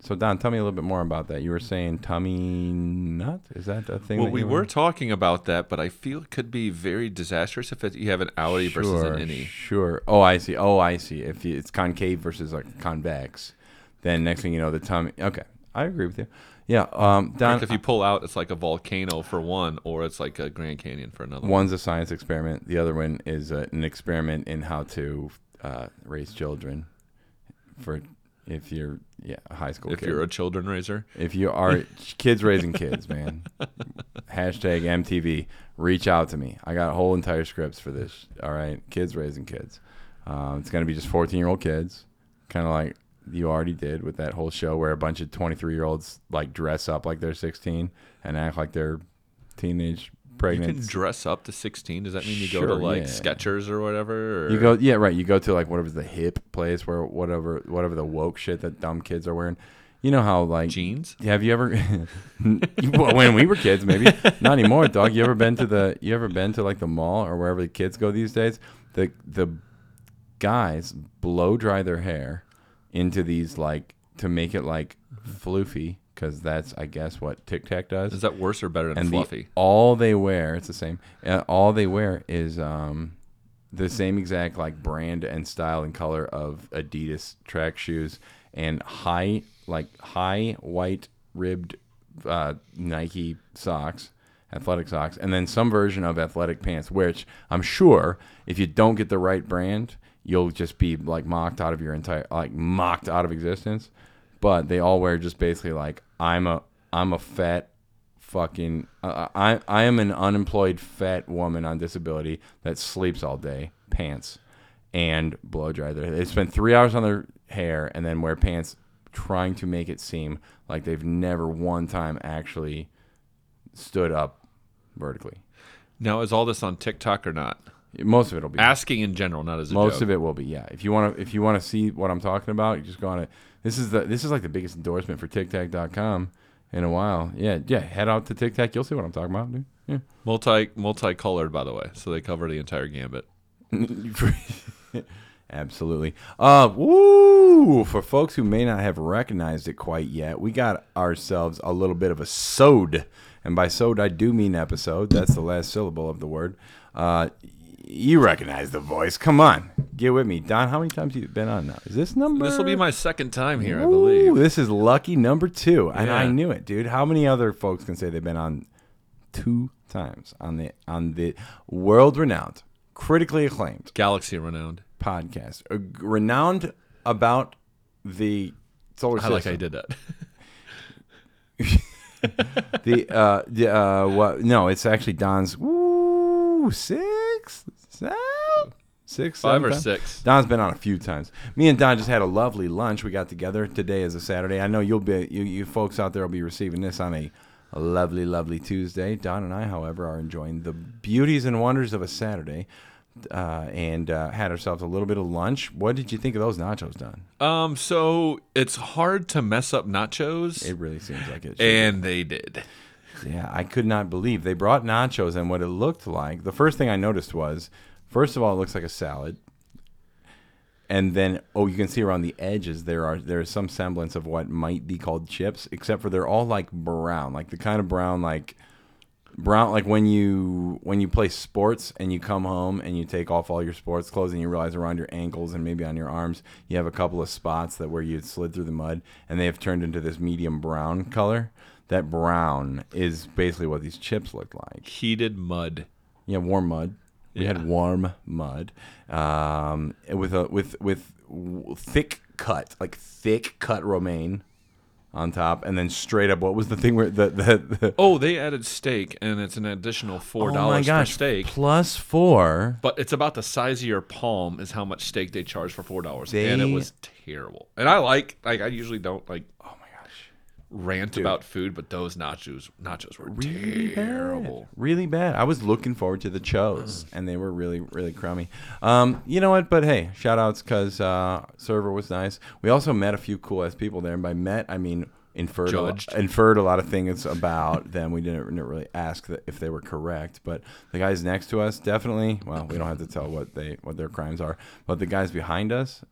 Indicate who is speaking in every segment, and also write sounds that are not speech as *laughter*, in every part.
Speaker 1: So Don, tell me a little bit more about that. You were saying tummy nut? Is that a thing?
Speaker 2: Well,
Speaker 1: that
Speaker 2: we
Speaker 1: you
Speaker 2: were talking about that, but I feel it could be very disastrous if it, you have an outie versus an innie.
Speaker 1: Sure. Oh, I see. Oh, I see. If it's concave versus like convex, then next thing you know, the tummy. Okay, I agree with you. Yeah, um, Don.
Speaker 2: Like if you pull out, it's like a volcano for one, or it's like a Grand Canyon for another.
Speaker 1: one's a science experiment. The other one is uh an experiment in how to uh, raise children. For if you're yeah a high school
Speaker 2: If
Speaker 1: kid.
Speaker 2: you're a children raiser,
Speaker 1: If you are kids raising kids, man, hashtag MTV, reach out to me. I got whole entire scripts for this. All right, kids raising kids. Um, it's gonna be just fourteen year old kids, kind of like you already did with that whole show where a bunch of twenty three year olds like dress up like they're sixteen and act like they're teenage
Speaker 2: you
Speaker 1: pregnant.
Speaker 2: can dress up to 16. Does that mean you go to
Speaker 1: Sure,
Speaker 2: like
Speaker 1: yeah.
Speaker 2: Skechers or whatever? Or
Speaker 1: You go, yeah, right. You go to like whatever's the hip place where whatever whatever the woke shit that dumb kids are wearing. You know how like
Speaker 2: jeans?
Speaker 1: Yeah, have you ever? *laughs* well, when we were kids, maybe not anymore, dog. You ever been to the? You ever been to like the mall or wherever the kids go these days? The the guys blow dry their hair into these like to make it like floofy because that's I guess what Tic Tac does
Speaker 2: Is that worse or better than
Speaker 1: and
Speaker 2: fluffy?
Speaker 1: The, all they wear, it's the same. Uh, all they wear is um, the same exact like brand and style and color of Adidas track shoes and high like high white ribbed uh, Nike socks, athletic socks, and then some version of athletic pants. Which I'm sure if you don't get the right brand, you'll just be like mocked out of your entire like mocked out of existence. But they all wear just basically like I'm a I'm a fat fucking uh, I I am an unemployed fat woman on disability that sleeps all day, pants, and blow dry their. They spend three hours on their hair and then wear pants, trying to make it seem like they've never one time actually stood up vertically.
Speaker 2: now, is all this on TikTok or not?
Speaker 1: Most of it'll be
Speaker 2: Asking in general, not as a
Speaker 1: most
Speaker 2: joke.
Speaker 1: of it will be yeah. If you want to if you want to see what I'm talking about, you just go on it. This is the this is like the biggest endorsement for TikTok.com in a while. Yeah, yeah. Head out to TikTok, you'll see what I'm talking about, dude. Yeah.
Speaker 2: Multi multicolored, by the way, so they cover the entire gambit.
Speaker 1: *laughs* Absolutely. Uh, woo! For folks who may not have recognized it quite yet, we got ourselves a little bit of a sode, and by sode I do mean episode. That's the last syllable of the word. Uh, you recognize the voice? Come on, get with me, Don. How many times have you been on now? Is this number?
Speaker 2: This will be my second time here, I
Speaker 1: Ooh,
Speaker 2: believe.
Speaker 1: this is lucky number two, and I
Speaker 2: Yeah.
Speaker 1: knew it, dude. How many other folks can say they've been on two times on the on the world renowned, critically acclaimed?
Speaker 2: Galaxy renowned.
Speaker 1: podcast, uh, g- renowned about the solar
Speaker 2: I
Speaker 1: system.
Speaker 2: like how you did that.
Speaker 1: The uh, the uh, what? No, it's actually Don's. Woo, six, seven, six,
Speaker 2: Five
Speaker 1: seven
Speaker 2: or
Speaker 1: times?
Speaker 2: six.
Speaker 1: Don's been on a few times. Me and Don just had a lovely lunch. We got together today is a Saturday. I know you'll be you, you folks out there will be receiving this on a, a lovely, lovely Tuesday. Don and I, however, are enjoying the beauties and wonders of a Saturday, uh, and uh, had ourselves a little bit of lunch. What did you think of those nachos, Don?
Speaker 2: Um, so it's hard to mess up nachos,
Speaker 1: It really seems like it.
Speaker 2: and they did.
Speaker 1: Yeah, I could not believe they brought nachos and what it looked like. The first thing I noticed was, first of all, it looks like a salad, and then oh, you can see around the edges there are there is some semblance of what might be called chips, except for they're all like brown, like the kind of brown like brown like when you when you play sports and you come home and you take off all your sports clothes and you realize around your ankles and maybe on your arms you have a couple of spots that where you slid through the mud and they have turned into this medium brown color that brown is basically what these chips look like
Speaker 2: Heated mud.
Speaker 1: yeah warm mud we had warm mud um, with a with with w- thick cut like thick cut romaine on top and then straight up what was the thing where the, the, the
Speaker 2: Oh, they added steak, and it's an additional
Speaker 1: Oh
Speaker 2: four dollars for steak.
Speaker 1: plus four
Speaker 2: But it's about the size of your palm is how much steak they charge for four dollars, and
Speaker 1: They-
Speaker 2: it was terrible. And I like, like I usually don't like
Speaker 1: Oh my gosh.
Speaker 2: rant about food, but those nachos, nachos were terrible.
Speaker 1: Really bad. I was looking forward to the chos,
Speaker 2: Mm.
Speaker 1: and they were really, really crummy. Um, you know what? But hey, shout outs because uh, server was nice. We also met a few cool ass people there. And by met, I mean inferred, a,
Speaker 2: Judged.
Speaker 1: inferred a lot of things about them. We didn't, didn't really ask th- if they were correct. But the guys next to us, definitely, well, we don't have to tell what, they, what their crimes are. But the guys behind us,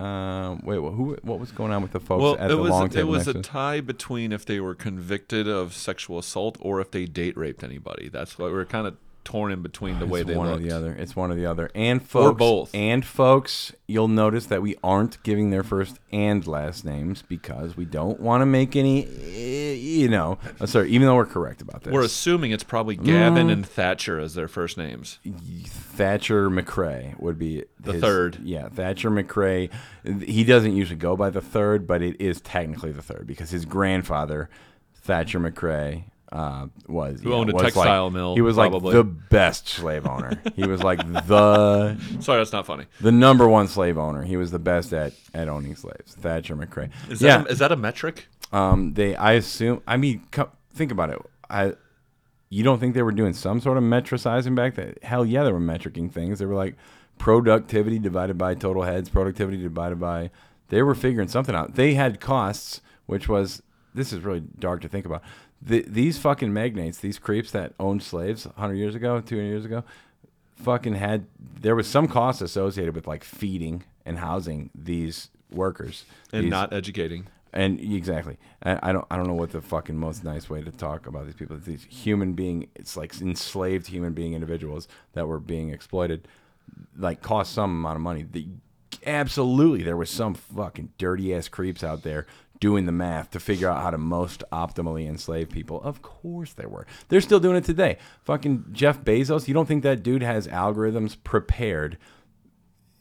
Speaker 1: Um, wait, well, who? What was going on with the folks
Speaker 2: Well,
Speaker 1: at
Speaker 2: it
Speaker 1: the long
Speaker 2: was it
Speaker 1: table?
Speaker 2: was a
Speaker 1: next to-
Speaker 2: tie between if they were convicted of sexual assault or if they date raped anybody. That's why we are kind of torn in between the way
Speaker 1: it's
Speaker 2: they
Speaker 1: one
Speaker 2: looked.
Speaker 1: or the other. It's one or the other. And folks,
Speaker 2: both.
Speaker 1: And folks, you'll notice that we aren't giving their first and last names because we don't want to make any. eh, You know, uh, sorry. Even though we're correct about this,
Speaker 2: We're assuming it's probably
Speaker 1: Mm.
Speaker 2: Gavin and Thatcher as their first names.
Speaker 1: Thatcher McRae would be the
Speaker 2: third.
Speaker 1: Yeah, Thatcher McRae. He doesn't usually go by the third, but it is technically the third because his grandfather, Thatcher McRae, uh, was who
Speaker 2: owned a textile mill,
Speaker 1: He was like
Speaker 2: probably.
Speaker 1: the best slave owner. he was like the
Speaker 2: Sorry, that's not funny.
Speaker 1: the number one slave owner. He was the best at, at owning slaves. Thatcher McRae.
Speaker 2: Is that,
Speaker 1: yeah.
Speaker 2: a, is that a metric?
Speaker 1: um. They. I assume. I mean, co- think about it. I. You don't think they were doing some sort of metricizing back then? Hell yeah, they were metricing things. They were like productivity divided by total heads, productivity divided by. They were figuring something out. They had costs, which was this is really dark to think about. The, these fucking magnates, these creeps that owned slaves 100 years ago, 200 years ago, fucking had there was some cost associated with like feeding and housing these workers
Speaker 2: And
Speaker 1: These-
Speaker 2: not educating.
Speaker 1: and exactly I, I don't i don't know what the fucking most nice way to talk about these people these human being it's like enslaved human being individuals that were being exploited like cost some amount of money the, absolutely there was some fucking dirty ass creeps out there doing the math to figure out how to most optimally enslave people of course there were they're still doing it today fucking jeff bezos you don't think that dude has algorithms prepared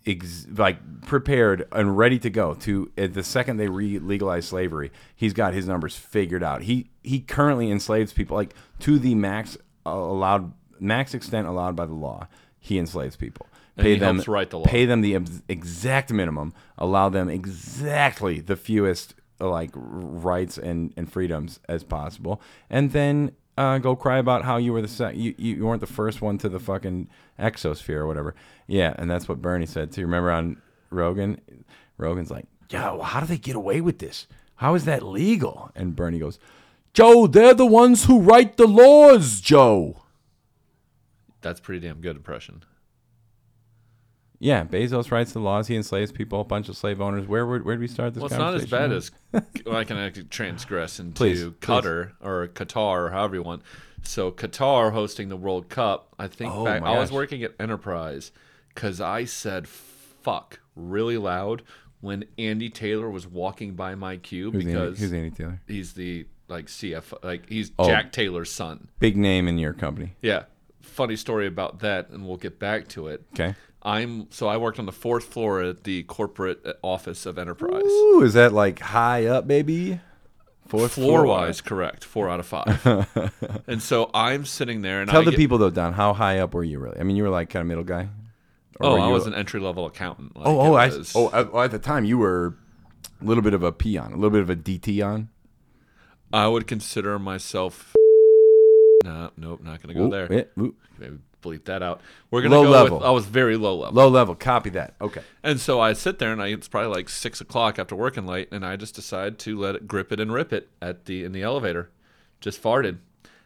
Speaker 1: ex- like prepared and ready to go to at the second they re legalize slavery he's got his numbers figured out he he currently enslaves people like to the max uh, allowed max extent allowed by the law he enslaves people
Speaker 2: And he helps write the law.
Speaker 1: pay them the ex- exact minimum allow them exactly the fewest uh, like r- rights and and freedoms as possible and then uh, go cry about how you were the sec- you, you you weren't the first one to the fucking exosphere or whatever. Yeah, and that's what Bernie said too. Remember on Rogan, Rogan's like, "Yeah, well, how do they get away with this? How is that legal?" And Bernie goes, "Joe, they're the ones who write the laws, Joe."
Speaker 2: That's pretty damn good impression.
Speaker 1: Yeah, Bezos writes the laws. He enslaves people, a bunch of slave owners. Where would where did we start this?
Speaker 2: Well, it's not as
Speaker 1: conversation?
Speaker 2: bad as
Speaker 1: *laughs*
Speaker 2: well, I can actually transgress into
Speaker 1: Please, please.
Speaker 2: Qatar or Qatar or however you want. So Qatar hosting the World Cup. I think
Speaker 1: Oh,
Speaker 2: back,
Speaker 1: my
Speaker 2: I was
Speaker 1: gosh.
Speaker 2: working at Enterprise because I said "fuck" really loud when Andy Taylor was walking by my queue
Speaker 1: Who's Andy, Oh.
Speaker 2: because
Speaker 1: who's Andy Taylor?
Speaker 2: he's the like CF like he's Jack Taylor's son.
Speaker 1: Big name in your company.
Speaker 2: Yeah, funny story about that, and we'll get back to it.
Speaker 1: Okay.
Speaker 2: I'm so I worked on the fourth floor at the corporate uh, office of Enterprise.
Speaker 1: Ooh, is that like high up, baby? Fourth
Speaker 2: floor wise, correct. Four out of five.
Speaker 1: *laughs*
Speaker 2: and so I'm sitting there and
Speaker 1: Tell
Speaker 2: I
Speaker 1: the
Speaker 2: get-
Speaker 1: people though, Don, how high up were you really? I mean, you were like kind of middle guy. Or
Speaker 2: Oh,
Speaker 1: were
Speaker 2: I
Speaker 1: you-
Speaker 2: was an entry level accountant. Like,
Speaker 1: Oh, oh,
Speaker 2: it
Speaker 1: I,
Speaker 2: was-
Speaker 1: oh, at- oh, at the time you were a little bit of a peon, a little bit of a DT on.
Speaker 2: I would consider myself. No, nope, not gonna go
Speaker 1: Ooh,
Speaker 2: there.
Speaker 1: eh, ooh.
Speaker 2: Maybe bleep that out. We're gonna
Speaker 1: Low
Speaker 2: go
Speaker 1: level.
Speaker 2: with. I was very low level.
Speaker 1: Low level, copy that. Okay.
Speaker 2: And so I sit there, and I, it's probably like six o'clock after working late, and I just decide to let it grip it and rip it at the in the elevator. Just farted.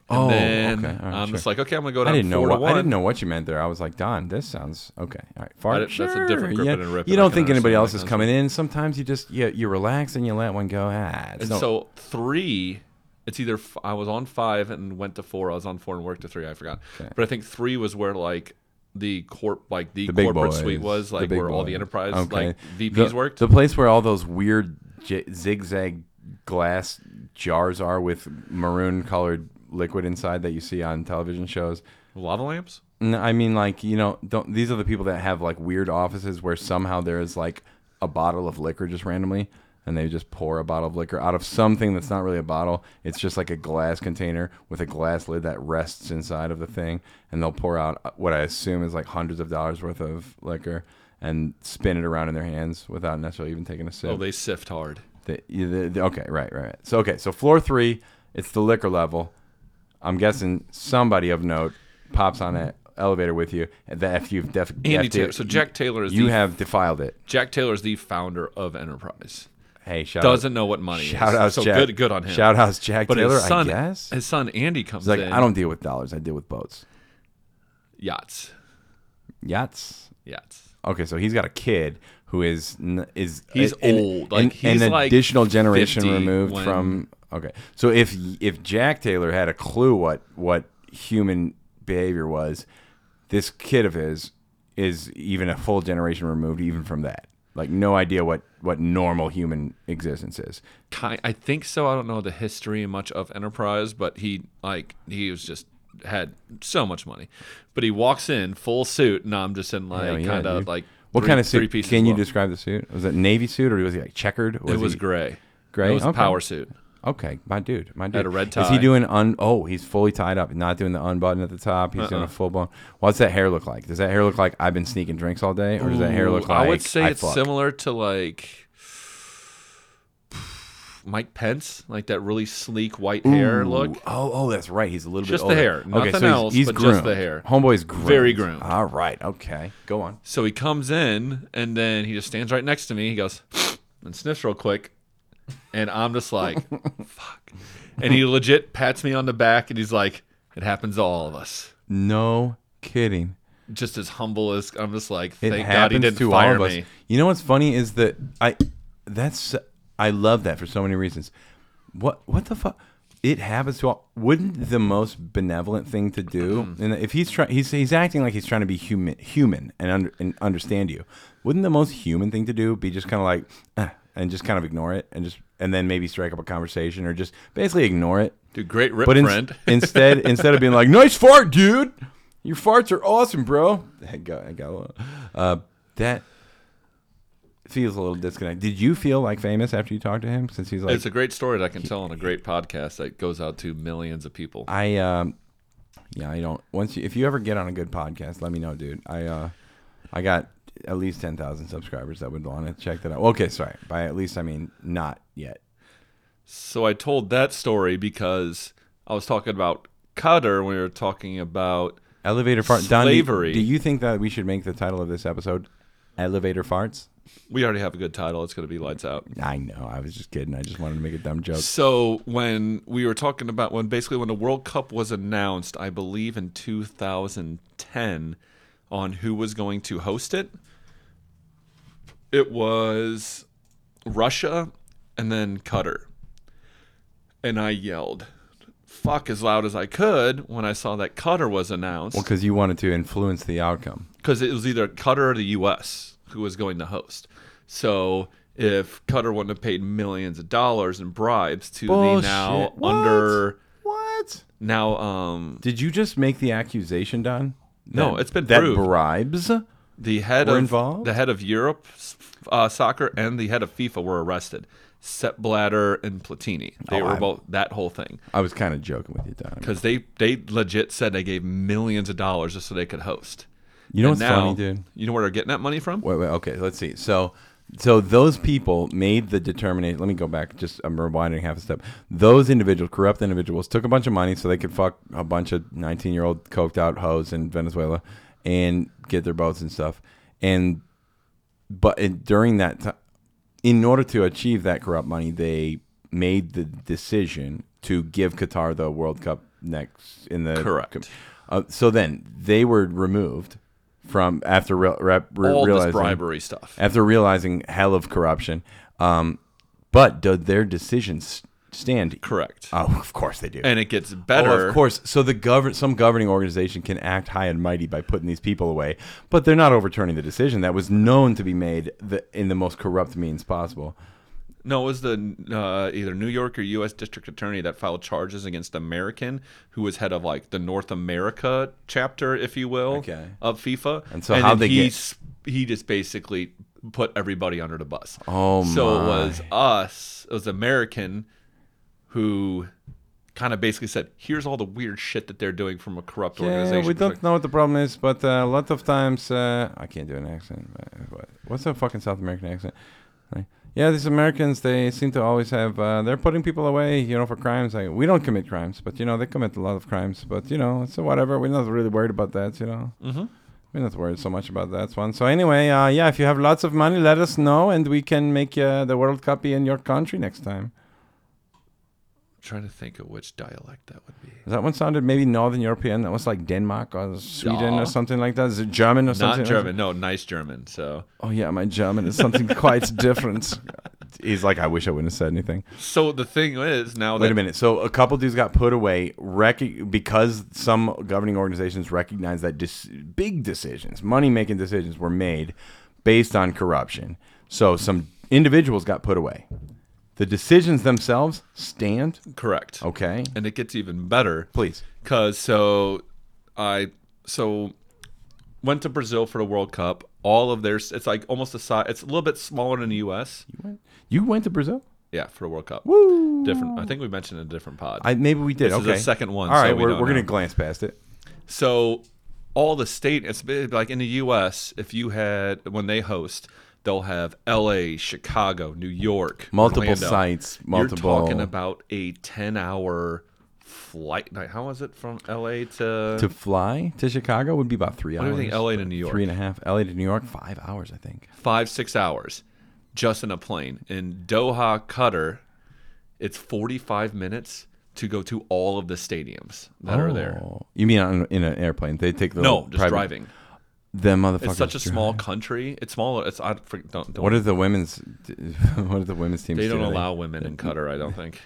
Speaker 2: And
Speaker 1: Oh,
Speaker 2: then
Speaker 1: okay. All right,
Speaker 2: I'm
Speaker 1: sure.
Speaker 2: just like, okay, I'm gonna go
Speaker 1: I
Speaker 2: down
Speaker 1: didn't know
Speaker 2: four to
Speaker 1: what
Speaker 2: one.
Speaker 1: I didn't know what you meant there. I was like, Don, this sounds okay. All right, fart.
Speaker 2: didn't- that's a different grip
Speaker 1: yeah.
Speaker 2: it and rip it.
Speaker 1: You
Speaker 2: I
Speaker 1: don't
Speaker 2: can
Speaker 1: think anybody
Speaker 2: understand
Speaker 1: else
Speaker 2: that
Speaker 1: is coming in. Sometimes you just you, you relax and you let one go. Ah, it's
Speaker 2: And
Speaker 1: no-
Speaker 2: so three, it's either f- I was on five and went to four. I was on four and worked to three. I forgot, but I think three was where like the corp, like the,
Speaker 1: the big
Speaker 2: corporate
Speaker 1: boys,
Speaker 2: suite was,
Speaker 1: the
Speaker 2: like
Speaker 1: big
Speaker 2: where all the
Speaker 1: boys.
Speaker 2: enterprise
Speaker 1: Okay.
Speaker 2: like VPs
Speaker 1: the,
Speaker 2: worked.
Speaker 1: The place where all those weird j- zigzag glass jars are with maroon colored liquid inside that you see on television shows.
Speaker 2: Lava lamps.
Speaker 1: No, I mean, like you know, don't these are the people that have like weird offices where somehow there is like a bottle of liquor just randomly, and they just pour a bottle of liquor out of something that's not really a bottle. It's just like a glass container with a glass lid that rests inside of the thing, and they'll pour out uh, what I assume is like hundreds of dollars worth of liquor and spin it around in their hands without necessarily even taking a sip.
Speaker 2: Oh, they sift hard.
Speaker 1: The- you- the- the- okay, right, right, right. So okay, so floor three, it's the liquor level. I'm guessing somebody of note pops on an elevator with you. That if you've def-
Speaker 2: Andy
Speaker 1: def-
Speaker 2: Taylor. So Jack Taylor is
Speaker 1: you
Speaker 2: the
Speaker 1: have defiled it.
Speaker 2: Jack Taylor is the founder of Enterprise.
Speaker 1: Hey, shout
Speaker 2: Doesn't know what money
Speaker 1: out,
Speaker 2: is.
Speaker 1: shout out,
Speaker 2: so
Speaker 1: Jack.
Speaker 2: good, good on him.
Speaker 1: Shout out, Jack
Speaker 2: but
Speaker 1: Taylor.
Speaker 2: his son,
Speaker 1: I guess. He's
Speaker 2: his son Andy comes
Speaker 1: like,
Speaker 2: in.
Speaker 1: I don't deal with dollars. I deal with boats,
Speaker 2: yachts,
Speaker 1: yachts.
Speaker 2: yachts.
Speaker 1: Okay, so he's got a kid who is n- is
Speaker 2: He's
Speaker 1: an-
Speaker 2: old. Like,
Speaker 1: an,
Speaker 2: he's
Speaker 1: an
Speaker 2: like
Speaker 1: additional generation
Speaker 2: 50
Speaker 1: removed
Speaker 2: when-
Speaker 1: from. Okay, so if if Jack Taylor had a clue what what human behavior was, this kid of his is even a full generation removed even from that. Like no idea what what normal human existence is.
Speaker 2: Ki I think so. I don't know the history much of Enterprise, but he like he was just had so much money. But he walks in full suit, and I'm just in like
Speaker 1: Hell yeah,
Speaker 2: kind of
Speaker 1: dude.
Speaker 2: like
Speaker 1: What
Speaker 2: three-
Speaker 1: kind of
Speaker 2: three
Speaker 1: suit?
Speaker 2: pieces
Speaker 1: Can you
Speaker 2: low.
Speaker 1: describe the suit? Was it navy suit or was he like checkered?
Speaker 2: It was
Speaker 1: he-
Speaker 2: gray.
Speaker 1: Gray?
Speaker 2: It was a
Speaker 1: Okay.
Speaker 2: power suit.
Speaker 1: Okay, my dude, my dude.
Speaker 2: a red
Speaker 1: Is he
Speaker 2: tie.
Speaker 1: doing un? Oh, he's fully tied up. Not doing the unbutton at the top. He's
Speaker 2: Uh-uh.
Speaker 1: doing a full blown. What's that hair look like? Does that hair look like I've been sneaking drinks all day, or does that hair look
Speaker 2: Ooh,
Speaker 1: like
Speaker 2: I would say it's
Speaker 1: fuck?
Speaker 2: similar to like *sighs* Mike Pence, like that really sleek white hair
Speaker 1: Ooh,
Speaker 2: look.
Speaker 1: Oh, oh, that's right. He's a little
Speaker 2: Just
Speaker 1: bit
Speaker 2: the
Speaker 1: older.
Speaker 2: hair, nothing
Speaker 1: he's-
Speaker 2: else,
Speaker 1: he's
Speaker 2: but just
Speaker 1: groomed.
Speaker 2: the hair.
Speaker 1: Homeboy's groomed.
Speaker 2: Very groomed.
Speaker 1: All right. Okay. Go on.
Speaker 2: So he comes in and then he just stands right next to me. He goes *sniffs* and sniffs real quick. And I'm just
Speaker 1: *laughs*
Speaker 2: like, fuck. And he legit pats me on the back and he's like, it happens to all of us.
Speaker 1: No kidding.
Speaker 2: Just as humble as I'm just like,
Speaker 1: It
Speaker 2: thank God he
Speaker 1: happens
Speaker 2: didn't
Speaker 1: to
Speaker 2: fire
Speaker 1: all of us.
Speaker 2: me.
Speaker 1: You know what's funny is that I that's I love that for so many reasons. What what the fuck? It happens to all. Wouldn't the most benevolent thing to
Speaker 2: *clears throat*
Speaker 1: do? And if he's trying, he's he's acting like he's trying to be human, human, and under, and understand you. Wouldn't the most human thing to do be just kind of like, "Eh," and just kind of ignore it, and just and then maybe strike up a conversation or just basically ignore it?
Speaker 2: Dude, great rip
Speaker 1: But in-
Speaker 2: friend. *laughs*
Speaker 1: instead, instead of being like, "Nice fart, dude. Your farts are awesome, bro." *laughs* I got, I got a little- uh, that feels a little disconnect. Did you feel like famous after you talked to him? Since he's like,
Speaker 2: It's a great story that I can tell on a great podcast that goes out to millions of people.
Speaker 1: I, um, yeah, I don't. Once you, if you ever get on a good podcast, let me know, dude. I, uh, I got at least ten thousand subscribers that would want to check that out. Okay, sorry. By at least, I mean not yet.
Speaker 2: So I told that story because I was talking about Cutter when we were talking about
Speaker 1: Elevator fart. Don, do-
Speaker 2: Slavery.
Speaker 1: Do you think that we should make the title of this episode "Elevator Farts"?
Speaker 2: we already have a good title. It's going to be Lights Out.
Speaker 1: I know. I was just kidding. I just wanted to make a dumb joke.
Speaker 2: So when we were talking about when basically when the World Cup was announced, I believe in 2010, on who was going to host it, it was Russia and then Qatar. And I yelled, "Fuck!" as loud as I could when I saw that Qatar was announced
Speaker 1: Because you wanted to influence the outcome.
Speaker 2: because it was either Qatar or the U.S. who was going to host. So if Qatar wouldn't have paid millions of dollars in bribes to the now
Speaker 1: Bullshit. What?
Speaker 2: under
Speaker 1: What?
Speaker 2: now um
Speaker 1: Did you just make the accusation, Don?
Speaker 2: No,
Speaker 1: That-
Speaker 2: it's been
Speaker 1: that
Speaker 2: proved.
Speaker 1: bribes.
Speaker 2: the head
Speaker 1: Were
Speaker 2: of
Speaker 1: involved?
Speaker 2: the head of Europe uh, soccer and the head of FIFA were arrested. Sepp Blatter and Platini. They
Speaker 1: Oh,
Speaker 2: were
Speaker 1: I'm-
Speaker 2: both that whole thing
Speaker 1: I was kind of joking with you, Don.
Speaker 2: because they they legit said they gave millions of dollars just so they could host.
Speaker 1: You know what's
Speaker 2: And now,
Speaker 1: funny, dude?
Speaker 2: You know where they're getting that money from?
Speaker 1: Wait, wait. Okay, let's see. So, so those people made the determination. Let me go back. Just I'm rewinding half a step. Those individuals, corrupt individuals, took a bunch of money so they could fuck a bunch of 19 year old coked out hoes in Venezuela and get their boats and stuff. And but it, during that time, in order to achieve that corrupt money, they made the decision to give Qatar the World Cup next in the
Speaker 2: Correct.
Speaker 1: Uh, so then they were removed from after re- re- re-
Speaker 2: All
Speaker 1: realizing
Speaker 2: this bribery stuff.
Speaker 1: after realizing hell of corruption. Um, but do their decisions stand?
Speaker 2: Correct.
Speaker 1: Oh, of course they do.
Speaker 2: and it gets
Speaker 1: Oh,
Speaker 2: better.
Speaker 1: of course. So the govern some governing organization can act high and mighty by putting these people away, but they're not overturning the decision that was known to be made the, in the most corrupt means possible.
Speaker 2: No, it was the uh, either New York or U.S. District Attorney that filed charges against American, who was head of like the North America chapter, if you will,
Speaker 1: Okay.
Speaker 2: of FIFA.
Speaker 1: And so how'd
Speaker 2: then
Speaker 1: they
Speaker 2: he
Speaker 1: get-
Speaker 2: s- he just basically put everybody under the bus.
Speaker 1: Oh,
Speaker 2: So it was us, it was American, who kind of basically said, "Here's all the weird shit that they're doing from a corrupt
Speaker 1: Yeah,
Speaker 2: organization."
Speaker 1: we don't know what the problem is, but uh, a lot of times uh, I can't do an accent. but what- What's a fucking South American accent? Right. Yeah, these Americans they seem to always have. Uh, they're putting people away, you know, for crimes. Like we don't commit crimes, but you know they commit a lot of crimes. But you know, so whatever. We're not really worried about that, you know.
Speaker 2: Mhm.
Speaker 1: We're not worried so much about that one. So anyway, uh, yeah, if you have lots of money, let us know, and we can make uh, the World Cup be in your country next time.
Speaker 2: trying to think of which dialect that would be.
Speaker 1: That one sounded maybe Northern European. That was like Denmark or Sweden
Speaker 2: Aw.
Speaker 1: or something like that. Is it German or something?
Speaker 2: Not German. No, nice German. So,
Speaker 1: Oh yeah, my German is *laughs* something quite different. He's like, I wish I wouldn't have said anything.
Speaker 2: so the thing is now
Speaker 1: Wait
Speaker 2: that
Speaker 1: a minute. So a couple dudes got put away rec- because some governing organizations recognized that dis- big decisions, money-making decisions, were made based on corruption. So some individuals got put away. The decisions themselves stand.
Speaker 2: correct.
Speaker 1: Okay,
Speaker 2: And it gets even better.
Speaker 1: please.
Speaker 2: Cause so I so went to Brazil for the World Cup. All of their it's like almost a size. It's a little bit smaller than the U.S.
Speaker 1: You went, you went to Brazil.
Speaker 2: Yeah, for the World Cup.
Speaker 1: Woo!
Speaker 2: Different. I think we mentioned a different pod.
Speaker 1: I, maybe we did.
Speaker 2: This is
Speaker 1: okay,
Speaker 2: the second one,
Speaker 1: All
Speaker 2: so
Speaker 1: right,
Speaker 2: we
Speaker 1: we're,
Speaker 2: don't
Speaker 1: we're gonna
Speaker 2: know.
Speaker 1: glance past it.
Speaker 2: So all the state it's been- like in the US if you had when they host they'll have LA, Chicago, New York,
Speaker 1: Multiple
Speaker 2: Orlando.
Speaker 1: sites, multiple.
Speaker 2: You're talking about a 10-hour flight night. How was it from LA to,
Speaker 1: To fly to Chicago would be about three
Speaker 2: what do
Speaker 1: hours.
Speaker 2: you think LA to New York?
Speaker 1: Three and a half. LA to New York, five hours, I think.
Speaker 2: 5 6 hours just in a plane. In Doha, Qatar, it's 45 minutes to go to all of the stadiums that are there.
Speaker 1: Oh. You mean on, in an airplane? They take the
Speaker 2: No,
Speaker 1: little
Speaker 2: just
Speaker 1: private-
Speaker 2: driving.
Speaker 1: Them motherfuckers.
Speaker 2: It's such a
Speaker 1: drive.
Speaker 2: small country. It's smaller. It's I for- don't, don't
Speaker 1: What are the women's? *laughs* What are the women's teams?
Speaker 2: They don't
Speaker 1: do?
Speaker 2: allow women in Qatar, I don't
Speaker 1: *laughs*
Speaker 2: think.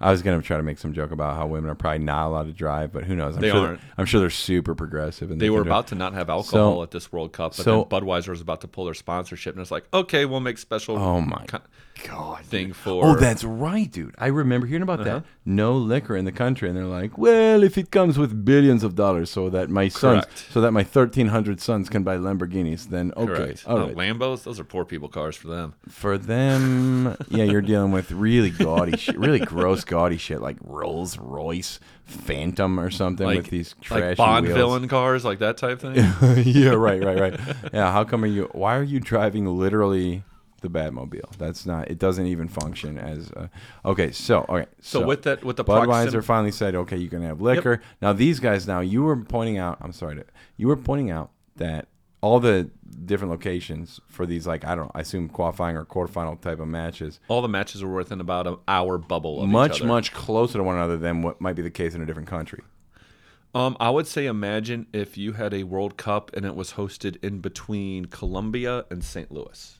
Speaker 1: I was gonna try to make some joke about how women are probably not allowed to drive, but who knows? I'm
Speaker 2: They
Speaker 1: sure
Speaker 2: aren't.
Speaker 1: I'm sure they're super progressive. And
Speaker 2: They were
Speaker 1: can do it.
Speaker 2: about to not have alcohol
Speaker 1: So-
Speaker 2: at this World Cup, but
Speaker 1: so-
Speaker 2: then Budweiser was about to pull their sponsorship, and it's like, okay, we'll make special
Speaker 1: Oh my
Speaker 2: co-
Speaker 1: god.
Speaker 2: thing for. Uh-huh.
Speaker 1: Oh, that's right, dude. I remember hearing about that. No liquor in the country, and they're like, "Well, if it comes with billions of dollars, so that my sons,
Speaker 2: Correct.
Speaker 1: so that my thirteen hundred sons can buy Lamborghinis, then okay,
Speaker 2: Correct.
Speaker 1: all
Speaker 2: Uh,
Speaker 1: right.
Speaker 2: Lambos, those are poor people cars for them.
Speaker 1: For them, yeah, you're dealing with really gaudy, shit, really gross, gaudy shit like Rolls Royce Phantom or something
Speaker 2: Like
Speaker 1: with these trashy
Speaker 2: like Bond
Speaker 1: wheels.
Speaker 2: villain cars, like that
Speaker 1: *laughs*
Speaker 2: type thing.
Speaker 1: yeah, right, right, right. Yeah, how come are you? Why are you driving literally the Batmobile? That's not. It doesn't even function as. A, okay, so okay,
Speaker 2: So with that- with the
Speaker 1: Budweiser
Speaker 2: proxim-
Speaker 1: finally said, okay, you can have liquor. Now these guys, now you were pointing out. I'm sorry, to, you were pointing out that all the different locations for these, like I don't, I assume qualifying or quarterfinal type of matches,
Speaker 2: All the matches are within about an hour bubble. Of each
Speaker 1: much
Speaker 2: other.
Speaker 1: much closer to one another than what might be the case in a different country.
Speaker 2: Um, I would say imagine if you had a World Cup and it was hosted in between Colombia and St. Louis.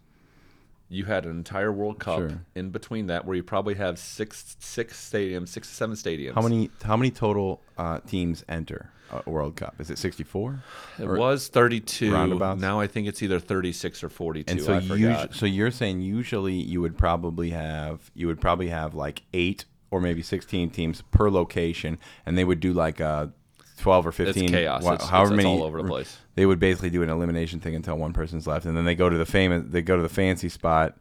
Speaker 2: You had an entire World Cup
Speaker 1: Sure.
Speaker 2: in between that, where you probably have six six stadiums, six to seven stadiums.
Speaker 1: How many how many total uh, teams enter a World Cup? Is it 64?
Speaker 2: It was 32.
Speaker 1: Roundabouts?
Speaker 2: Now I think it's either 36 or 42.
Speaker 1: And so
Speaker 2: I
Speaker 1: you
Speaker 2: forgot.
Speaker 1: so you're saying usually you would probably have you would probably have like 8 or maybe 16 teams per location and they would do like a 12 or 15
Speaker 2: it's chaos.
Speaker 1: wha-
Speaker 2: it's,
Speaker 1: however
Speaker 2: it's- it's
Speaker 1: many
Speaker 2: all over the place.
Speaker 1: they would basically do an elimination thing until one person's left and then they go to the famous they go to the fancy spot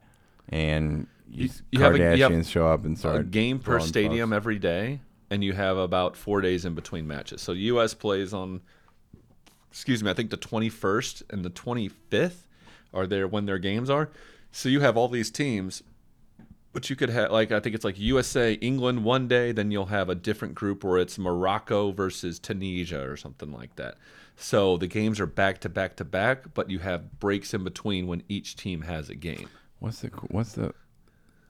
Speaker 1: and you,
Speaker 2: you have a- you
Speaker 1: Kardashians
Speaker 2: have
Speaker 1: show up and
Speaker 2: A
Speaker 1: start
Speaker 2: game per
Speaker 1: throwing
Speaker 2: stadium every day, and you have about four days in between matches. So U.S. plays on, excuse me, I think the 21st and the 25th are there when their games are. So you have all these teams, but you could have like I think it's like USA England one day, then you'll have a different group where it's Morocco versus Tunisia or something like that. So the games are back to back to back, but you have breaks in between when each team has a game.
Speaker 1: What's the what's the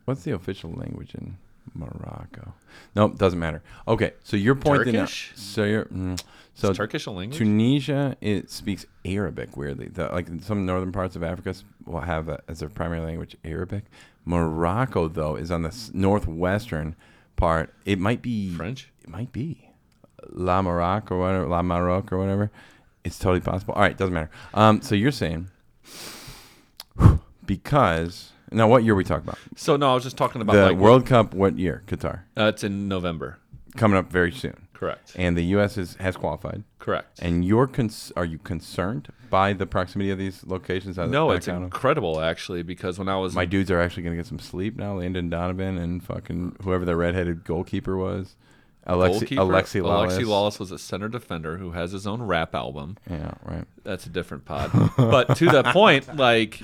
Speaker 1: what's the official language in Morocco? No, doesn't matter. Okay, so your point then-
Speaker 2: Turkish?
Speaker 1: so you're mm, so
Speaker 2: Is Turkish a language?
Speaker 1: Tunisia it speaks Arabic weirdly. The, like some northern parts of Africa s- will have uh as their primary language Arabic. Morocco though is on the s- northwestern part. It might be
Speaker 2: French?
Speaker 1: It might be La Maroc or whatever, La Maroc or whatever. It's totally possible. All right, doesn't matter. Um, so you're saying *sighs* because now what year are we talking about?
Speaker 2: So no, I was just talking about
Speaker 1: the
Speaker 2: like
Speaker 1: World Cup, what year? Qatar.
Speaker 2: Uh, it's in November.
Speaker 1: Coming up very soon.
Speaker 2: Correct.
Speaker 1: And the U.S. Is, has qualified.
Speaker 2: Correct.
Speaker 1: And you're cons- are you concerned by the proximity of these locations? out of-
Speaker 2: no,
Speaker 1: back
Speaker 2: it's
Speaker 1: out of-
Speaker 2: incredible actually because when I was
Speaker 1: My dudes are actually going to get some sleep now. Landon Donovan and fucking whoever the redheaded goalkeeper was. Alexi,
Speaker 2: goalkeeper,
Speaker 1: Alexi Lawless.
Speaker 2: Alexi Lawless was a center defender who has his own rap album.
Speaker 1: Yeah, right.
Speaker 2: That's a different
Speaker 1: *laughs*
Speaker 2: pod. but to that point, like,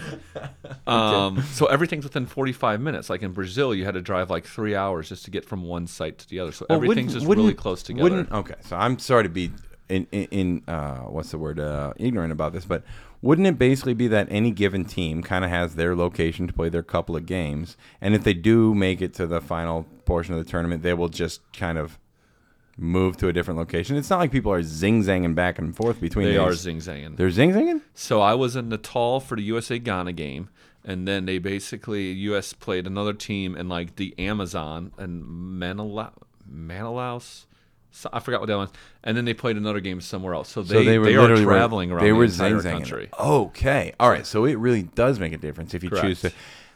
Speaker 2: um, so everything's within 45 minutes. Like in Brazil, you had to drive like three hours just to get from one site to the other. So everything's just really close together.
Speaker 1: Wouldn't, okay, so I'm sorry to be in in, in uh, what's the word uh, ignorant about this, but Wouldn't it basically be that any given team kind of has their location to play their couple of games, and if they do make it to the final portion of the tournament, they will just kind of move to a different location? It's not like people are zing-zanging back and forth between
Speaker 2: They
Speaker 1: these.
Speaker 2: are zing zanging.
Speaker 1: They're zing-zanging?
Speaker 2: So I was in Natal for the USA Ghana game, and then they basically US played another team in like the Amazon and Manila- Manilaus. So I forgot what that was. And then they played another game somewhere else. So they,
Speaker 1: so they were
Speaker 2: are
Speaker 1: literally
Speaker 2: traveling around
Speaker 1: They
Speaker 2: the
Speaker 1: were
Speaker 2: entire
Speaker 1: zing-zanging.
Speaker 2: country.
Speaker 1: Okay, all right. So it really does make a difference if you
Speaker 2: Correct.
Speaker 1: choose to.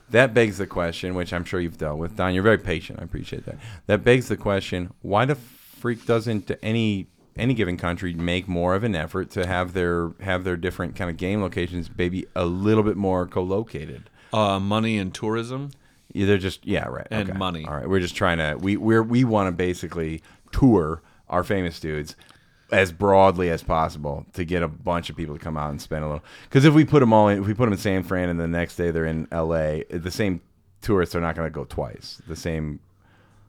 Speaker 1: That begs the question, which I'm sure you've dealt with, Don. You're very patient. I appreciate that. That begs the question: Why the freak doesn't any any given country make more of an effort to have their have their different kind of game locations maybe a little bit more co-located?
Speaker 2: Uh, money and tourism.
Speaker 1: Yeah, They're just yeah, right.
Speaker 2: And
Speaker 1: okay.
Speaker 2: money.
Speaker 1: All right, we're just trying to we we're, we want to basically tour our famous dudes as broadly as possible to get a bunch of people to come out and spend a little. Because if we put them all in, if we put them in San Fran and the next day they're in L.A., the same tourists are not going to go twice. The same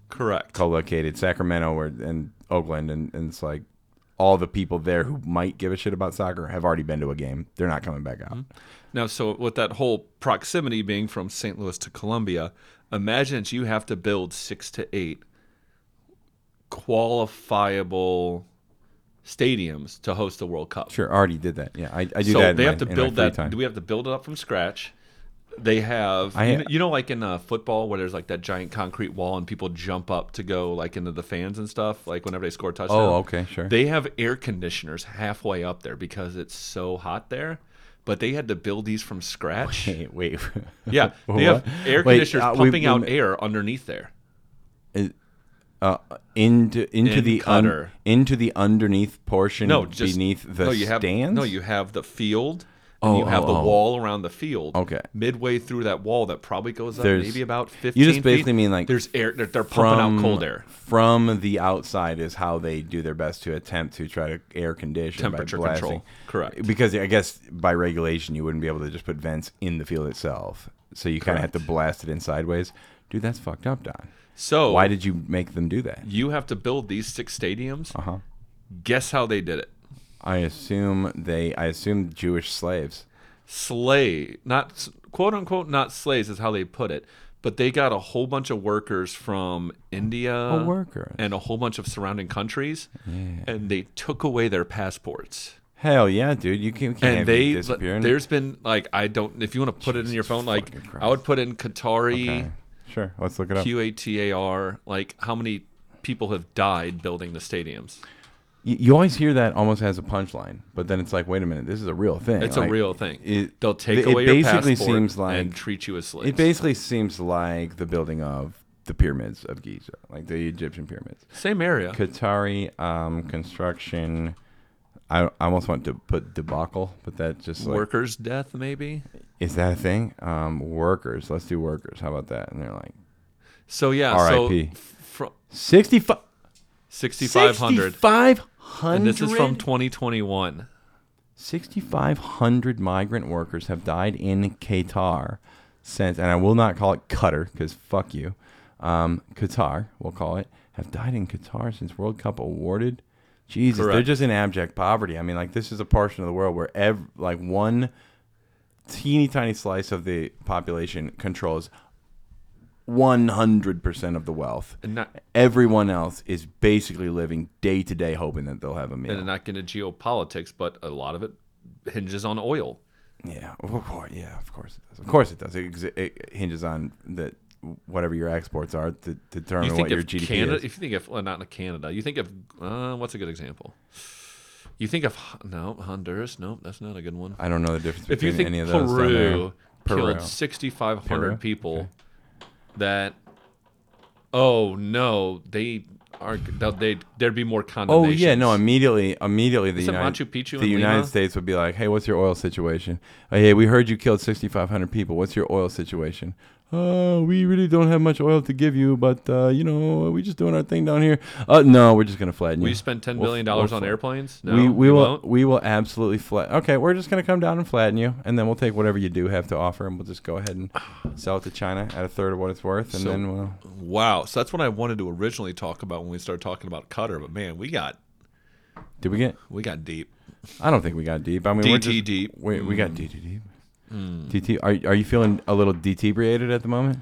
Speaker 2: Correct.
Speaker 1: co-located Sacramento or and Oakland, and, and it's like all the people there who might give a shit about soccer have already been to a game. They're not coming back out.
Speaker 2: Now, so with that whole proximity being from St. Louis to Columbia, imagine that you have to build six to eight qualifiable stadiums to host the World Cup.
Speaker 1: Sure, already did that. Yeah, I, I do
Speaker 2: so
Speaker 1: that. in
Speaker 2: they
Speaker 1: my-
Speaker 2: have to
Speaker 1: in my
Speaker 2: build
Speaker 1: free
Speaker 2: that.
Speaker 1: time.
Speaker 2: Do we have to build it up from scratch? They have,
Speaker 1: I-
Speaker 2: you, know, you know, like in uh, football where there's like that giant concrete wall and people jump up to go like into the fans and stuff, like whenever they score a touchdown.
Speaker 1: Oh, okay, sure.
Speaker 2: They have air conditioners halfway up there because it's so hot there. But they had to build these
Speaker 1: *laughs*
Speaker 2: from scratch.
Speaker 1: Hey, wait.
Speaker 2: Yeah,
Speaker 1: What?
Speaker 2: they have air
Speaker 1: Wait,
Speaker 2: conditioners
Speaker 1: uh, we-
Speaker 2: pumping
Speaker 1: we-
Speaker 2: out air underneath there.
Speaker 1: uh, into into
Speaker 2: In
Speaker 1: the un-
Speaker 2: Qatar.
Speaker 1: into the underneath portion
Speaker 2: No, just
Speaker 1: beneath the
Speaker 2: no, you have,
Speaker 1: stands.
Speaker 2: No, you have the field. And
Speaker 1: Oh,
Speaker 2: you have
Speaker 1: oh,
Speaker 2: the
Speaker 1: oh.
Speaker 2: wall around the field.
Speaker 1: Okay.
Speaker 2: Midway through that wall, that probably goes up
Speaker 1: There's-
Speaker 2: maybe about fifteen.
Speaker 1: you just basically
Speaker 2: feet,
Speaker 1: mean, like,
Speaker 2: there's air. They're, they're
Speaker 1: from
Speaker 2: pumping out cold air.
Speaker 1: from the outside is how they do their best to attempt to try to air condition by
Speaker 2: Temperature
Speaker 1: blasting.
Speaker 2: control. Correct.
Speaker 1: Because I guess by regulation you wouldn't be able to just put vents in the field itself, so you kind of have to blast it in sideways. Dude, that's fucked up, Don.
Speaker 2: So
Speaker 1: Why did you make them do that?
Speaker 2: you have to build these six stadiums?
Speaker 1: Uh-huh.
Speaker 2: Guess how they did it?
Speaker 1: I assume they. I assume Jewish slaves.
Speaker 2: Slay, not s- quote unquote, not slaves is how they put it. But they got a whole bunch of workers from India
Speaker 1: Oh, workers.
Speaker 2: and a whole bunch of surrounding countries, and they took away their passports.
Speaker 1: Hell yeah, dude! You can't, can't
Speaker 2: and
Speaker 1: have
Speaker 2: they
Speaker 1: you disappear. and-
Speaker 2: there's been like I don't if you want to put it in your phone like
Speaker 1: fucking Christ.
Speaker 2: I would put in Qatari
Speaker 1: Okay. Sure, let's look it up.
Speaker 2: Q A T A R like how many people have died building the stadiums.
Speaker 1: You, you always hear that almost as a punchline, but then it's like, wait a minute, this is a real thing.
Speaker 2: It's
Speaker 1: Like,
Speaker 2: a real thing.
Speaker 1: it-
Speaker 2: They'll take
Speaker 1: it
Speaker 2: away
Speaker 1: basically
Speaker 2: your passport
Speaker 1: seems like-
Speaker 2: and treat you as slaves.
Speaker 1: It basically seems like the building of the pyramids of Giza, like the Egyptian pyramids.
Speaker 2: Same area.
Speaker 1: Qatari um, construction. I, I almost want to put debacle, but that just like
Speaker 2: Workers' death maybe.
Speaker 1: is that a thing? Um, workers, let's do workers. How about that? And they're like
Speaker 2: So yeah,
Speaker 1: R.I.P..
Speaker 2: so from
Speaker 1: 65
Speaker 2: 6500
Speaker 1: 6,500?
Speaker 2: and this is from 2021.
Speaker 1: 6,500 migrant workers have died in Qatar since, and I will not call it Qatar because fuck you. Um, Qatar, we'll call it, have died in Qatar since World Cup awarded. Jesus, they're
Speaker 2: Correct.
Speaker 1: just in abject poverty. I mean, like this is a portion of the world where ev- like one teeny tiny slice of the population controls 100% of the wealth.
Speaker 2: And not
Speaker 1: Everyone else is basically living day to day hoping that they'll have a meal.
Speaker 2: and not get into geopolitics, but a lot of it hinges on oil.
Speaker 1: Yeah, *laughs* of course. Yeah, of course it does. Of course it does. It, exi- it hinges on that whatever your exports are to determine
Speaker 2: you
Speaker 1: what
Speaker 2: think
Speaker 1: your
Speaker 2: if
Speaker 1: GDP
Speaker 2: Canada,
Speaker 1: is.
Speaker 2: if you think if well, not in Canada, you think of uh, what's a good example? You think of no Honduras, no, that's not a good one.
Speaker 1: I don't know the difference
Speaker 2: If
Speaker 1: between
Speaker 2: you think
Speaker 1: any of those. down there.
Speaker 2: Peru
Speaker 1: Peru.
Speaker 2: killed sixty five
Speaker 1: Peru?
Speaker 2: hundred people, that oh no, they are they there'd be more
Speaker 1: Oh
Speaker 2: condemnation.
Speaker 1: yeah, no! Immediately, immediately the
Speaker 2: Isn't
Speaker 1: United,
Speaker 2: Machu Picchu
Speaker 1: the
Speaker 2: in Lima?
Speaker 1: United States would be like, "Hey, what's your oil situation? Oh, hey, we heard you killed 6,500 people. What's your oil situation? Uh, we really don't have much oil to give you, but uh, you know, we're just doing our thing down here. Uh, no, we're just gonna flatten you.
Speaker 2: we spend ten
Speaker 1: We'll-
Speaker 2: billion
Speaker 1: we'll
Speaker 2: dollars on
Speaker 1: fla-
Speaker 2: airplanes. No,
Speaker 1: we we
Speaker 2: you
Speaker 1: will
Speaker 2: won't?
Speaker 1: we will absolutely flat. Okay, we're just gonna come down and flatten you, and then we'll take whatever you do have to offer, and we'll just go ahead and sell it to China at a third of what it's worth, and
Speaker 2: So-
Speaker 1: then we'll.
Speaker 2: Wow, so that's what I wanted to originally talk about when we started talking about Qatar, but man, we got
Speaker 1: Did we get?
Speaker 2: we got deep.
Speaker 1: I don't think we got deep. I mean, we're
Speaker 2: DT
Speaker 1: just-
Speaker 2: deep.
Speaker 1: We, we
Speaker 2: Mm.
Speaker 1: got DT deep. DT, are are you feeling a little detebriated at the moment?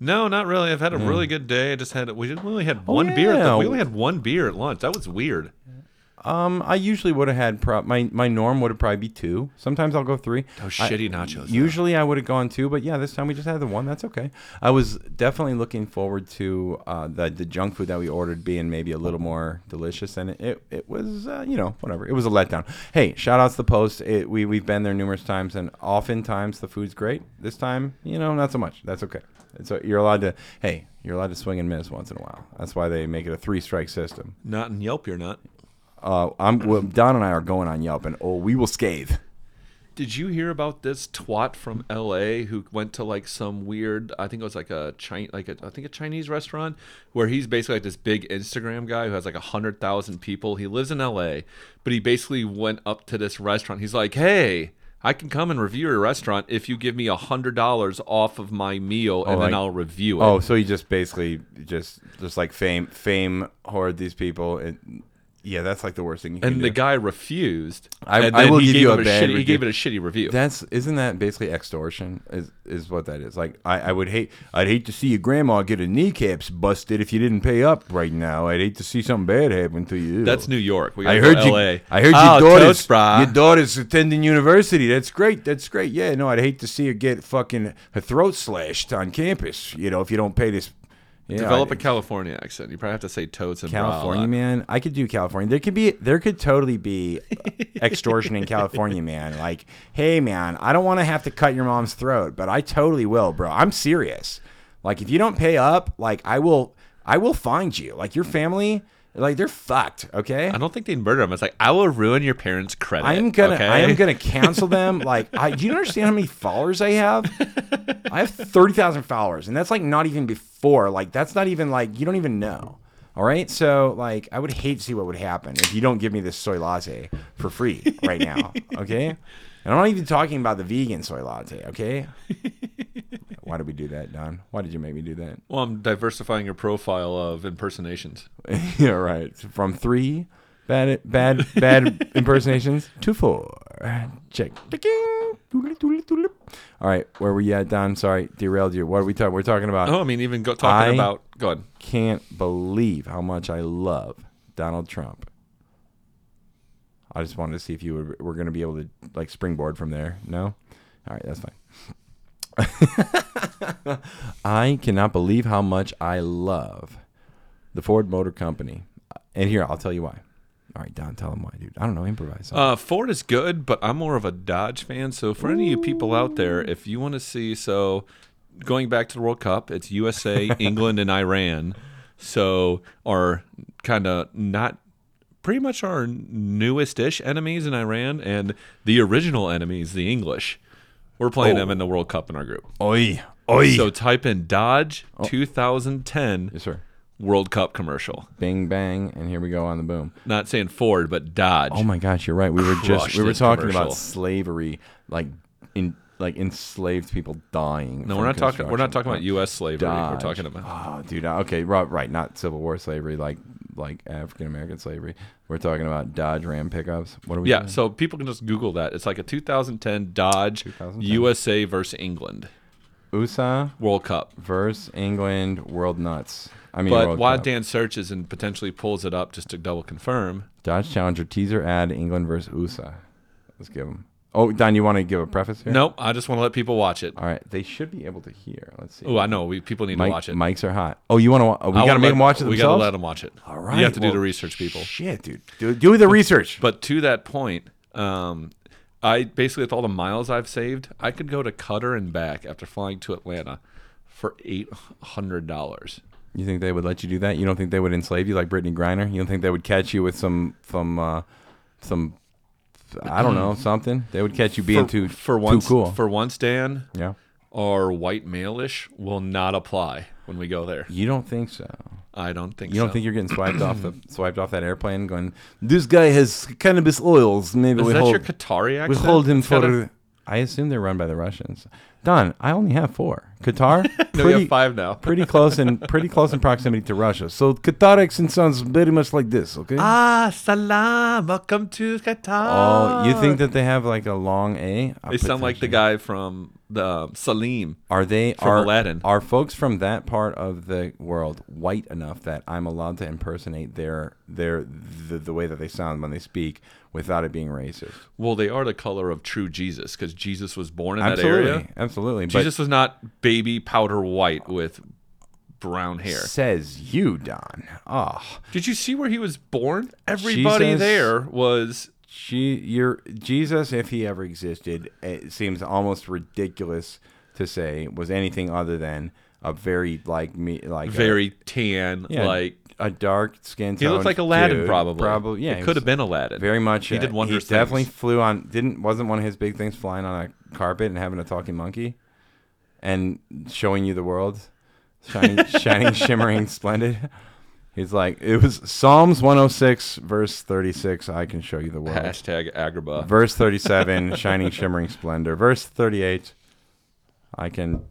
Speaker 2: No, not really. I've had a really good day. I just had we didn't- we only had one beer.
Speaker 1: Hmm. Oh,
Speaker 2: At
Speaker 1: yeah.
Speaker 2: the, we only had one beer at lunch. That was weird.
Speaker 1: Um, I usually would have had prob my my norm would have probably be two. Sometimes I'll go three.
Speaker 2: Those
Speaker 1: I-
Speaker 2: shitty nachos, though.
Speaker 1: Usually I would have gone two, but yeah, this time we just had the one. That's okay. I was definitely looking forward to uh, the the junk food that we ordered being maybe a little more delicious, and it it was uh, you know whatever. It was a letdown. Hey, shout outs to the post. It, we we've been there numerous times, and oftentimes the food's great. This time, you know, not so much. That's okay. And so you're allowed to. Hey, you're allowed to swing and miss once in a while. That's why they make it a three strike system.
Speaker 2: Not in Yelp, you're not.
Speaker 1: Uh, I'm well, Don and I are going on Yelp, and oh, we will scathe.
Speaker 2: Did you hear about this twat from L.A. who went to like some weird? I think it was like a Chin, like a, I think a Chinese restaurant where he's basically like this big Instagram guy who has like a hundred thousand people. He lives in L.A., but he basically went up to this restaurant. He's like, "Hey, I can come and review your restaurant if you give me a hundred dollars off of my meal, and
Speaker 1: Oh, like-
Speaker 2: then I'll review it."
Speaker 1: Oh, so you just basically just just like fame fame hoard these people. It, yeah, that's like the worst thing you can
Speaker 2: and the
Speaker 1: do.
Speaker 2: guy refused.
Speaker 1: I-
Speaker 2: and
Speaker 1: I
Speaker 2: then
Speaker 1: will
Speaker 2: he
Speaker 1: give
Speaker 2: gave
Speaker 1: you
Speaker 2: him
Speaker 1: a bad
Speaker 2: shitty, He
Speaker 1: review.
Speaker 2: gave it a shitty review.
Speaker 1: That's isn't that basically extortion? Is is what that is? Like I, I would hate I'd hate to see your grandma get her kneecaps busted if you didn't pay up right now. I'd hate to see something bad happen to you.
Speaker 2: That's New York. We
Speaker 1: I
Speaker 2: gotta
Speaker 1: heard
Speaker 2: go
Speaker 1: you.
Speaker 2: LA.
Speaker 1: I heard
Speaker 2: oh,
Speaker 1: your daughter's
Speaker 2: toast, brah.
Speaker 1: your daughter's attending university. That's great. That's great. Yeah, no, I'd hate to see her get fucking her throat slashed on campus. You know, if you don't pay this. Yeah,
Speaker 2: Develop
Speaker 1: I-
Speaker 2: a California accent. You probably have to say totes and brah a lot.
Speaker 1: California man. I could do California. There could be there could totally be extortion in California, man. Like, hey man, I don't want to have to cut your mom's throat, but I totally will, bro. I'm serious. Like if you don't pay up, like I will I will find you. Like your family, like they're fucked, okay?
Speaker 2: I don't think they'd murder him. It's like I will ruin your parents' credit.
Speaker 1: I'm gonna
Speaker 2: Okay?
Speaker 1: I am gonna cancel them. like I do you understand how many followers I have? I have thirty thousand followers, and that's like not even before. Like that's not even like you don't even know. All right, so like I would hate to see what would happen if you don't give me this soy latte for free right now. Okay, and I'm not even talking about the vegan soy latte. Okay, why did we do that, Don? Why did you make me do that?
Speaker 2: Well, I'm diversifying your profile of impersonations.
Speaker 1: *laughs* yeah, right. From three bad bad bad impersonations to four. Check. Ding. Doodly, doodly, doodly. All right, where were you at, Don? Sorry, derailed you. What are we talking? We're talking about.
Speaker 2: Oh, I mean, even go, talking
Speaker 1: I-
Speaker 2: about. Go ahead.
Speaker 1: Can't believe how much I love Donald Trump. I just wanted to see if you were, were going to be able to like springboard from there. No, all right, that's fine. *laughs* I cannot believe how much I love the Ford Motor Company. And here, I'll tell you why. All right, Don, tell him why, dude. I don't know, improvise.
Speaker 2: Uh, Ford is good, but I'm more of a Dodge fan. So for any of you people out there, if you want to see, so going back to the World Cup,
Speaker 1: *laughs*
Speaker 2: it's USA, England, and Iran. So are kind of not pretty much our newest ish enemies in Iran, and the original enemies, the English. We're
Speaker 1: Oh.
Speaker 2: playing them in the World Cup in our group.
Speaker 1: oi, oi.
Speaker 2: So type in Dodge
Speaker 1: Oh.
Speaker 2: 2010
Speaker 1: yes, sir.
Speaker 2: World Cup commercial.
Speaker 1: Bing bang, and here we go on the boom.
Speaker 2: Not saying Ford, but Dodge.
Speaker 1: Oh my gosh, you're right. We were just
Speaker 2: Crushed
Speaker 1: we were
Speaker 2: this
Speaker 1: talking
Speaker 2: commercial.
Speaker 1: about slavery, like in like enslaved people dying.
Speaker 2: no, we're not talking. We're not talking about U.S. slavery. We're talking about
Speaker 1: Oh, dude. uh, Okay, right, right. Not Civil War slavery, like like African American slavery. We're talking about Dodge Ram pickups. What are we?
Speaker 2: Yeah,
Speaker 1: doing?
Speaker 2: so people can just Google that. It's like a 2010 Dodge
Speaker 1: 2010.
Speaker 2: USA versus England
Speaker 1: USA
Speaker 2: World Cup.
Speaker 1: versus England. World nuts. I mean,
Speaker 2: But
Speaker 1: World
Speaker 2: while
Speaker 1: Cup.
Speaker 2: Dan searches and potentially pulls it up just to double confirm,
Speaker 1: Dodge Challenger teaser ad. England versus USA. Let's give them. Oh, Don, you want to give a preface here?
Speaker 2: nope, I just want to let people watch it.
Speaker 1: All right, they should be able to hear. Let's see.
Speaker 2: Oh, I know. We people need
Speaker 1: Mike-
Speaker 2: to watch it.
Speaker 1: Mics are hot. Oh, you want to?
Speaker 2: I
Speaker 1: We got
Speaker 2: wanna
Speaker 1: to make
Speaker 2: let-
Speaker 1: them watch it
Speaker 2: We gotta
Speaker 1: themselves.
Speaker 2: let them watch it.
Speaker 1: All right.
Speaker 2: You have to do
Speaker 1: well,
Speaker 2: the research, people.
Speaker 1: Shit, dude. Do, do the research.
Speaker 2: But to that point, um, I basically with all the miles I've saved, I could go to Qatar and back after flying to Atlanta for eight hundred dollars.
Speaker 1: You think they would let you do that? You don't think they would enslave you like Brittany Griner? You don't think they would catch you with some some uh, some I don't know something? They would catch you being too
Speaker 2: for once,
Speaker 1: too cool.
Speaker 2: For once, Dan,
Speaker 1: yeah.
Speaker 2: our white maleish will not apply when we go there.
Speaker 1: You don't think so?
Speaker 2: I don't think
Speaker 1: You don't
Speaker 2: so.
Speaker 1: think you're *clears throat* getting swiped off the swiped off that airplane? Going, this guy has cannabis oils. Maybe
Speaker 2: Is
Speaker 1: we
Speaker 2: that
Speaker 1: hold
Speaker 2: your Qatari accent?
Speaker 1: we hold him
Speaker 2: It's got
Speaker 1: for
Speaker 2: a-
Speaker 1: I assume they're run by the Russians. Don, I only have four. *laughs* Qatar,
Speaker 2: No, you
Speaker 1: pretty,
Speaker 2: have five now.
Speaker 1: pretty close and pretty close in proximity to Russia. So Qatarics and sounds very much like this. Okay.
Speaker 2: Ah, salam. Welcome to Qatar.
Speaker 1: oh, you think that they have like a long A?
Speaker 2: they sound like the guy from the um, Salim?
Speaker 1: Are they
Speaker 2: from
Speaker 1: are
Speaker 2: Aladdin.
Speaker 1: are folks from that part of the world white enough that I'm allowed to impersonate their their the, the way that they sound when they speak without it being racist?
Speaker 2: Well, they are the color of true Jesus because Jesus was born in
Speaker 1: Absolutely,
Speaker 2: that area.
Speaker 1: absolutely. but
Speaker 2: Jesus was not baby powder white with brown hair.
Speaker 1: says you, Don. Oh,
Speaker 2: Did you see where he was born? Everybody
Speaker 1: Jesus.
Speaker 2: there was
Speaker 1: she, your Jesus, if he ever existed, it seems almost ridiculous to say was anything other than a very like me like a-
Speaker 2: very tan.
Speaker 1: yeah,
Speaker 2: Like
Speaker 1: a dark skin.
Speaker 2: he looked like Aladdin, probably.
Speaker 1: Probably, yeah.
Speaker 2: it
Speaker 1: he
Speaker 2: could
Speaker 1: was-
Speaker 2: have been Aladdin.
Speaker 1: Very much.
Speaker 2: He
Speaker 1: uh,
Speaker 2: did
Speaker 1: He
Speaker 2: wondrous
Speaker 1: definitely
Speaker 2: things.
Speaker 1: flew on. Didn't wasn't one of his big things flying on a carpet and having a talking monkey, and showing you the world,
Speaker 2: *laughs*
Speaker 1: shining, shining, shimmering, splendid. He's like it was Psalms 106 verse 36. I can show you the world.
Speaker 2: *laughs* Hashtag Agrabah.
Speaker 1: verse 37, shining, shimmering splendor. Verse 38, I can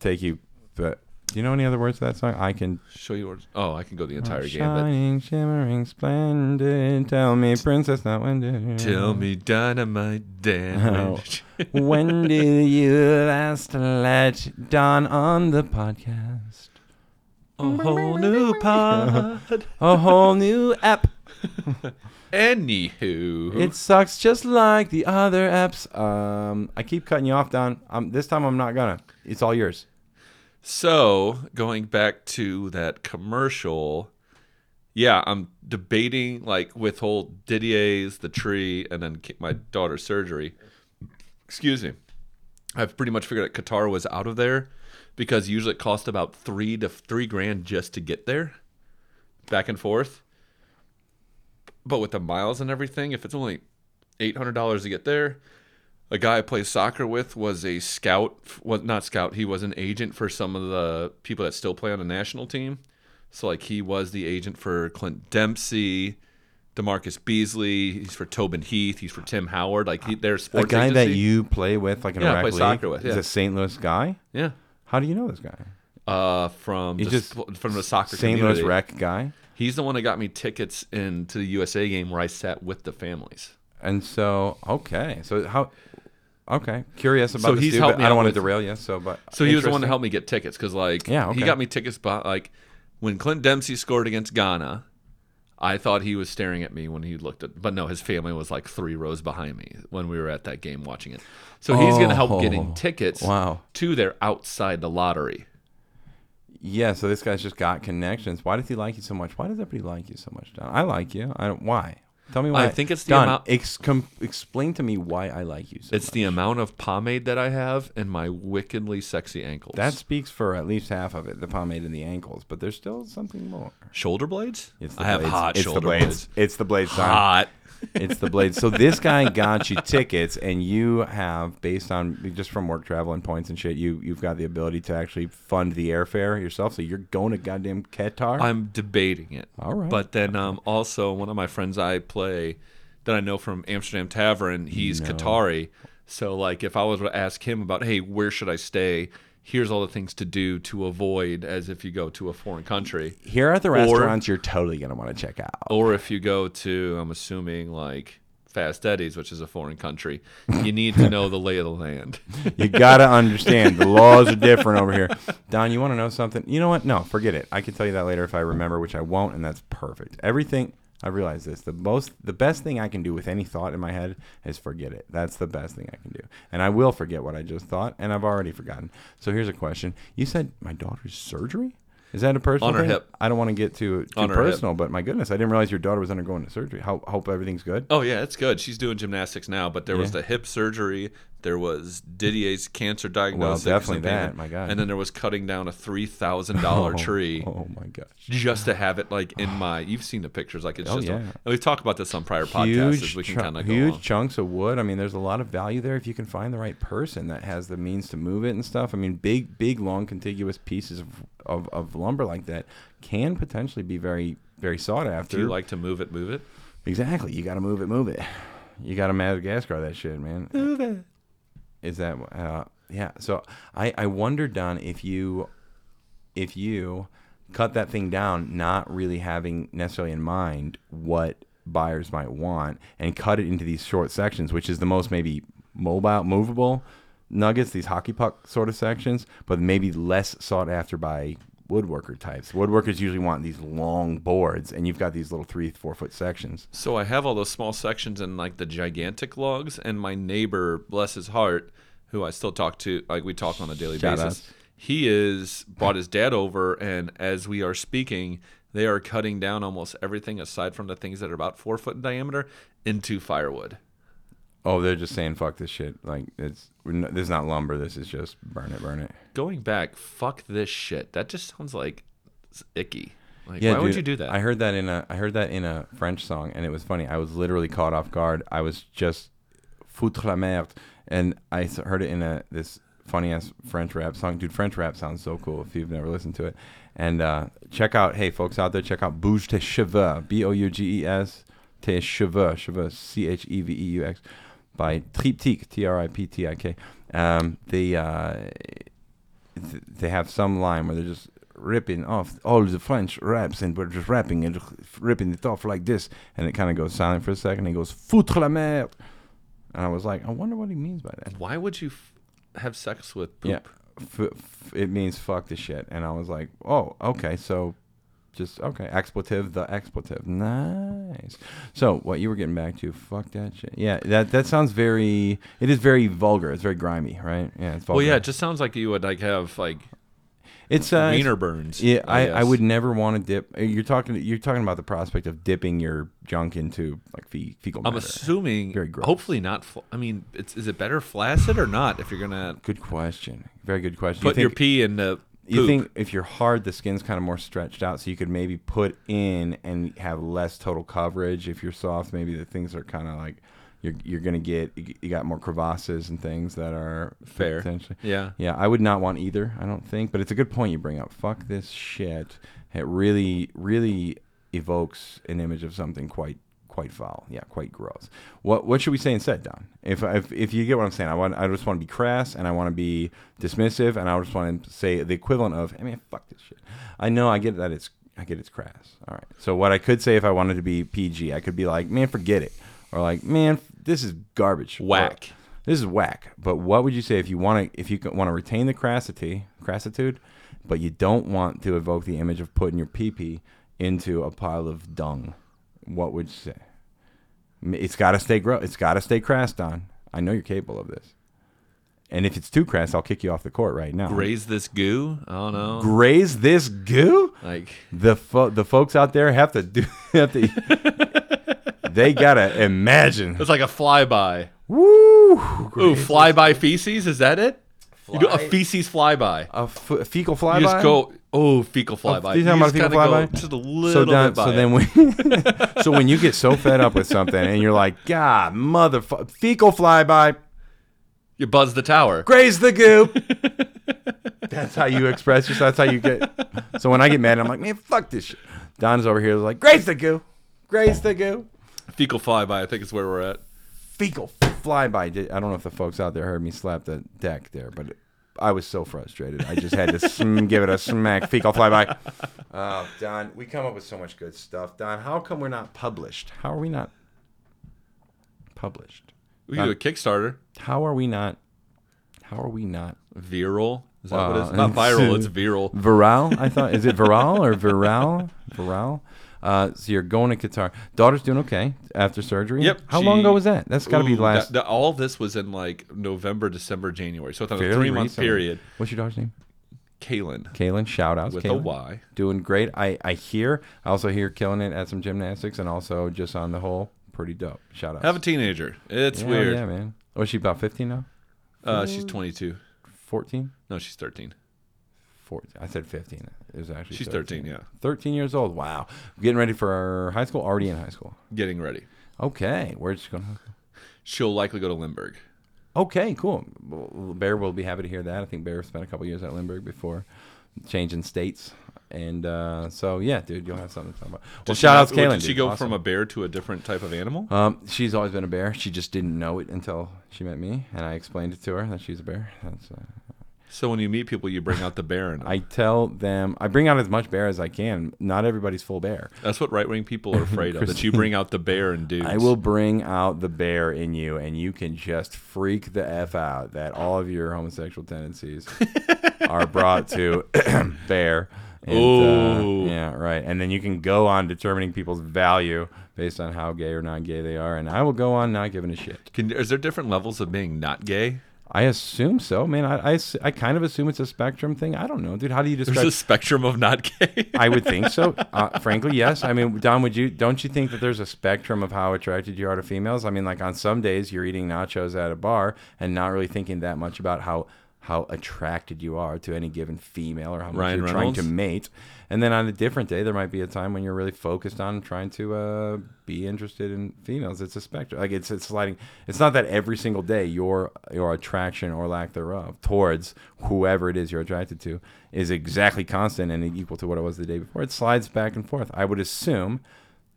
Speaker 1: take you. But do you know any other words to that song? I can
Speaker 2: Show you. Where, oh, I can go the entire game. But
Speaker 1: shining, shimmering, splendid. Tell me, princess, not when do
Speaker 2: tell me, dynamite
Speaker 1: *laughs*
Speaker 2: damage.
Speaker 1: when did you last let Don on the podcast? Oh.
Speaker 2: *laughs* A whole new pod.
Speaker 1: A whole new app.
Speaker 2: Anywho,
Speaker 1: It sucks just like the other apps. Um, I keep cutting you off, Don. Um, this time I'm not gonna. It's all yours.
Speaker 2: So, going back to that commercial, yeah, I'm debating like withhold Didier's, the tree, and then ki- my daughter's surgery. Excuse me. I've pretty much figured out Qatar was out of there because usually it cost about three to three grand just to get there, back and forth. But with the miles and everything, if it's only eight hundred dollars to get there, a guy I played soccer with was a scout, was not scout. He was an agent for some of the people that still play on the national team. So like he was the agent for Clint Dempsey, Demarcus Beasley. He's for Tobin Heath. He's for Tim Howard. Like he, their
Speaker 1: A
Speaker 2: sports
Speaker 1: guy that
Speaker 2: agency.
Speaker 1: you play with, like in
Speaker 2: Yeah, I
Speaker 1: Iraq
Speaker 2: play
Speaker 1: League,
Speaker 2: soccer with,
Speaker 1: is
Speaker 2: yeah.
Speaker 1: a St. Louis guy.
Speaker 2: yeah
Speaker 1: How do you know this guy?
Speaker 2: uh, from the,
Speaker 1: He's just
Speaker 2: sp- from the soccer
Speaker 1: St. Louis
Speaker 2: community.
Speaker 1: rec guy.
Speaker 2: He's the one that got me tickets into the USA game where I sat with the families.
Speaker 1: And so, okay, so how? Okay, curious about
Speaker 2: So
Speaker 1: this
Speaker 2: he's
Speaker 1: dude,
Speaker 2: helped
Speaker 1: but
Speaker 2: me
Speaker 1: I don't
Speaker 2: out
Speaker 1: want to
Speaker 2: with-
Speaker 1: derail you. So, but
Speaker 2: So he was the one
Speaker 1: interesting.
Speaker 2: that helped me get tickets because, like,
Speaker 1: Yeah,
Speaker 2: he
Speaker 1: okay.
Speaker 2: got me tickets. By, like, when Clint Dempsey scored against Ghana, I thought he was staring at me when he looked at. But no, his family was like three rows behind me when we were at that game watching it. So he's going to help
Speaker 1: Oh,
Speaker 2: getting tickets
Speaker 1: wow.
Speaker 2: to their outside the lottery.
Speaker 1: Yeah, so this guy's just got connections. Why does he like you so much? Why does everybody like you so much, Don? I like you. I don't. Why? Tell me why.
Speaker 2: I think it's the
Speaker 1: Don,
Speaker 2: amount-
Speaker 1: Ex- com- explain to me why I like you. So
Speaker 2: It's
Speaker 1: much.
Speaker 2: the amount of pomade that I have and my wickedly sexy ankles.
Speaker 1: that speaks for at least half of it—the pomade and the ankles. But there's still something more.
Speaker 2: shoulder blades.
Speaker 1: It's the
Speaker 2: I have
Speaker 1: blades.
Speaker 2: hot
Speaker 1: it's
Speaker 2: shoulder
Speaker 1: the blades.
Speaker 2: blades.
Speaker 1: It's the blades. Don.
Speaker 2: Hot.
Speaker 1: It's the blades. So this guy got you tickets, and you have, based on just from work travel and points and shit, you you've got the ability to actually fund the airfare yourself. So you're going to goddamn Qatar.
Speaker 2: I'm debating it.
Speaker 1: All right.
Speaker 2: But then um, also one of my friends I play that I know from Amsterdam Tavern, he's Qatari. So like if I was to ask him about, hey, where should I stay? Here's all the things to do to avoid as if you go to a foreign country.
Speaker 1: Here at the restaurants, you're totally gonna want to check out.
Speaker 2: Or if you go to, I'm assuming like Fast Eddie's, which is a foreign country, you need to know the lay of
Speaker 1: *laughs*
Speaker 2: the land.
Speaker 1: You gotta understand the laws are different over here. Don, you want to know something? You know what? No, forget it. I can tell you that later if I remember, which I won't, and that's perfect. Everything I realize this the most, the best thing I can do with any thought in my head is forget it. That's the best thing I can do, and I will forget what I just thought, and I've already forgotten. So here's a question: You said my daughter's surgery. Is that a personal
Speaker 2: On her
Speaker 1: thing?
Speaker 2: hip.
Speaker 1: I don't want to get too, too
Speaker 2: On her hip.
Speaker 1: personal, but my goodness, I didn't realize your daughter was undergoing a surgery. Ho- hope everything's good.
Speaker 2: Oh yeah, it's good. She's doing gymnastics now, but there was
Speaker 1: Yeah.
Speaker 2: the hip surgery, there was Didier's cancer diagnosis.
Speaker 1: definitely
Speaker 2: and payment,
Speaker 1: that, my God.
Speaker 2: And then there was cutting down
Speaker 1: *laughs*
Speaker 2: a three thousand dollar tree
Speaker 1: Oh my gosh.
Speaker 2: just to have it like in my. You've seen the pictures, like it's
Speaker 1: Oh,
Speaker 2: just. a-
Speaker 1: yeah.
Speaker 2: and we've talked about this on prior podcasts.
Speaker 1: huge,
Speaker 2: As we can
Speaker 1: chunk-
Speaker 2: kind of go.
Speaker 1: huge
Speaker 2: on.
Speaker 1: chunks of wood. I mean, there's a lot of value there if you can find the right person that has the means to move it and stuff. I mean, big, big, long, contiguous pieces of, of, of lumber like that can potentially be very, very sought after.
Speaker 2: Do you like to move it? Move it.
Speaker 1: exactly. You got to move it, move it. You got to Madagascar that shit, man.
Speaker 2: Move it.
Speaker 1: Is that uh, yeah? So I I wonder, Don, if you if you cut that thing down, not really having necessarily in mind what buyers might want, and cut it into these short sections, which is the most maybe mobile, movable nuggets, these hockey puck sort of sections, but maybe less sought after by woodworker types. Woodworkers usually want these long boards, and you've got these little three, four foot sections.
Speaker 2: So I have all those small sections and like the gigantic logs, and my neighbor, bless his heart, who I still talk to, like we talk on a daily
Speaker 1: Shout
Speaker 2: basis.
Speaker 1: outs.
Speaker 2: He is brought his dad over, and as we are speaking, they are cutting down almost everything aside from the things that are about four foot in diameter into firewood.
Speaker 1: Oh, they're just saying fuck this shit. Like it's this is not lumber. This is just burn it, burn it.
Speaker 2: Going back, fuck this shit. That just sounds like it's icky. Like, why would
Speaker 1: dude,
Speaker 2: you do that?
Speaker 1: I heard that in a I heard that in a French song, and it was funny. I was literally caught off guard. I was just foutre la merde, and I s- heard it in a this funny ass French rap song. Dude, French rap sounds so cool if you've never listened to it. And uh, check out, hey folks out there, check out Bouge tes cheveux, B O U G E S tes cheveux, cheveux, C H E V E U X, by Triptyque, T R I P T I K. Um, the uh, th- they have some line where they're just ripping off all the French raps and we're just rapping and ripping it off like this. And it kind of goes silent for a second. And it goes, foutre la merde. And I was like, I wonder what he means by that.
Speaker 2: why would you f- have sex with poop?
Speaker 1: Yeah. F- f- it means fuck the shit. And I was like, oh, okay. So just, okay. Expletive, the expletive. Nice. So what you were getting back to, fuck that shit. Yeah. That, that sounds very, it is very vulgar. It's very grimy, right? Yeah. It's vulgar.
Speaker 2: Well, yeah, it just sounds like you would like have like
Speaker 1: It's, uh, it's
Speaker 2: wiener burns.
Speaker 1: Yeah, I, I
Speaker 2: guess.
Speaker 1: would never want to dip. uh, You're talking you're talking about the prospect of dipping your junk into like fe- fecal
Speaker 2: I'm
Speaker 1: matter.
Speaker 2: assuming,
Speaker 1: Very gross.
Speaker 2: hopefully not. Fl- I mean, it's, is it better flaccid or not? If you're gonna
Speaker 1: good question. Very good question.
Speaker 2: put
Speaker 1: you
Speaker 2: your
Speaker 1: think,
Speaker 2: pee in the poop,
Speaker 1: you think if you're hard, the skin's kind of more stretched out, so you could maybe put in and have less total coverage. If you're soft, maybe the things are kind of like you're you're gonna get you got more crevasses and things that are
Speaker 2: Fair.
Speaker 1: potentially.
Speaker 2: yeah,
Speaker 1: Yeah, I would not want either. I don't think, but it's a good point you bring up. Fuck this shit. It really, really evokes an image of something quite, quite foul. Yeah, quite gross. What What should we say instead, Don? If if, if you get what I'm saying, I want I just want to be crass and I want to be dismissive and I just want to say the equivalent of, I mean, fuck this shit. I know I get that it's I get it's crass. All right. So what I could say if I wanted to be PG, I could be like, man, forget it, or like, man, this is garbage. Or-
Speaker 2: Whack.
Speaker 1: this is whack. But what would you say if you want to if you want to retain the crassity, crassitude, but you don't want to evoke the image of putting your pee pee into a pile of dung? What would you say? M- It's got to stay grow. It's got to stay crass, Don. I know you're capable of this. And if it's too crass, I'll kick you off the court right now.
Speaker 2: graze this goo. I don't know.
Speaker 1: Graze this goo.
Speaker 2: like
Speaker 1: The fo- the folks out there have to do *laughs* have to. they gotta imagine.
Speaker 2: it's like a flyby.
Speaker 1: Woo!
Speaker 2: Ooh, flyby feces. Is that it? You do a
Speaker 1: Fly-
Speaker 2: feces flyby.
Speaker 1: A f- fecal flyby.
Speaker 2: You just go. Oh, fecal flyby.
Speaker 1: you're talking
Speaker 2: just
Speaker 1: about fecal
Speaker 2: kinda go
Speaker 1: flyby?
Speaker 2: Just a little
Speaker 1: so Don,
Speaker 2: bit by
Speaker 1: so
Speaker 2: it.
Speaker 1: then when *laughs* so when you get so fed up with something and you're like, God, motherfucker, fecal flyby,
Speaker 2: you buzz the tower.
Speaker 1: graze the
Speaker 2: *laughs*
Speaker 1: goop. That's how you express yourself. That's how you get. So when I get mad, I'm like, man, fuck this shit. Don's over here like, graze the goo, graze the goo,
Speaker 2: Fecal flyby. I think is where we're at.
Speaker 1: fecal flyby. Did- I don't know if the folks out there heard me slap the deck there, but. I was so frustrated. I just had to sm- give it a smack. Fecal flyby. Oh, Don, we come up with so much good stuff. Don, how come we're not published? How are we not published?
Speaker 2: We
Speaker 1: Uh,
Speaker 2: can do a Kickstarter.
Speaker 1: How are we not? How are we not
Speaker 2: Viral. Is that what it is?
Speaker 1: Wow. *laughs*
Speaker 2: Not viral. It's viral.
Speaker 1: viral? I thought is it viral or viral? Viral. Uh, so you're going to Qatar. Daughter's doing okay after surgery.
Speaker 2: Yep,
Speaker 1: How long
Speaker 2: she-
Speaker 1: ago was that? That's got to be
Speaker 2: Ooh,
Speaker 1: last.
Speaker 2: that- that- all this was in like November, December, January. So it's on a
Speaker 1: fairly
Speaker 2: three month
Speaker 1: recently.
Speaker 2: period.
Speaker 1: What's your daughter's name?
Speaker 2: Kalen
Speaker 1: Kaylin. Shout outs.
Speaker 2: with a
Speaker 1: Kaylin.
Speaker 2: Y.
Speaker 1: doing great. I, I hear. I also hear killing it at some gymnastics and also just on the whole, pretty dope. Shout out.
Speaker 2: Have a teenager. It's weird.
Speaker 1: Yeah, man. Was she about 15 now?
Speaker 2: Uh, she's 22.
Speaker 1: 14?
Speaker 2: No, she's 13.
Speaker 1: 14. I said 15. It was actually
Speaker 2: She's 13. Yeah,
Speaker 1: 13 years old. Wow. Getting ready for our high school. Already in high school.
Speaker 2: getting ready.
Speaker 1: Okay. Where's she going?
Speaker 2: She'll likely go to Lindbergh.
Speaker 1: Okay, cool. Well, Bear will be happy to hear that. I think Bear spent a couple years at Lindbergh before changing states And uh, so yeah, dude, you'll have something to talk about. Well,
Speaker 2: Did she
Speaker 1: shout
Speaker 2: have-
Speaker 1: out to Kaylin.
Speaker 2: Did she
Speaker 1: dude.
Speaker 2: go
Speaker 1: Awesome.
Speaker 2: from a bear to a different type of animal?
Speaker 1: Um, she's always been a bear. She just didn't know it until she met me, and I explained it to her that she's a bear. That's, uh,
Speaker 2: So when you meet people, you bring out the bear, and
Speaker 1: *laughs* I tell them I bring out as much bear as I can. Not everybody's full bear.
Speaker 2: that's what right wing people are afraid of. That you bring out the bear and dudes.
Speaker 1: I will bring out the bear in you, and you can just freak the f out that all of your homosexual tendencies are brought to *clears throat* bear. And, uh,
Speaker 2: Ooh.
Speaker 1: yeah, right. And then you can go on determining people's value based on how gay or not gay they are, and I will go on not giving a shit.
Speaker 2: Can, is there different levels of being not gay?
Speaker 1: I assume so, man. I, I s- I kind of assume it's a spectrum thing. I don't know, dude.
Speaker 2: *laughs*
Speaker 1: How do you
Speaker 2: There's
Speaker 1: describe?
Speaker 2: a spectrum of not *laughs* gay.
Speaker 1: I would think so. Uh, frankly, yes. I mean, Don, would you? Don't you think that there's a spectrum of how attracted you are to females? I mean, like on some days you're eating nachos at a bar and not really thinking that much about how how attracted you are to any given female or how much
Speaker 2: Ryan
Speaker 1: you're
Speaker 2: Reynolds?
Speaker 1: trying to mate. And then on a different day, there might be a time when you're really focused on trying to uh, be interested in females. It's a spectrum. Like it's it's sliding. It's not that every single day your your attraction or lack thereof towards whoever it is you're attracted to is exactly constant and equal to what it was the day before. It slides back and forth. I would assume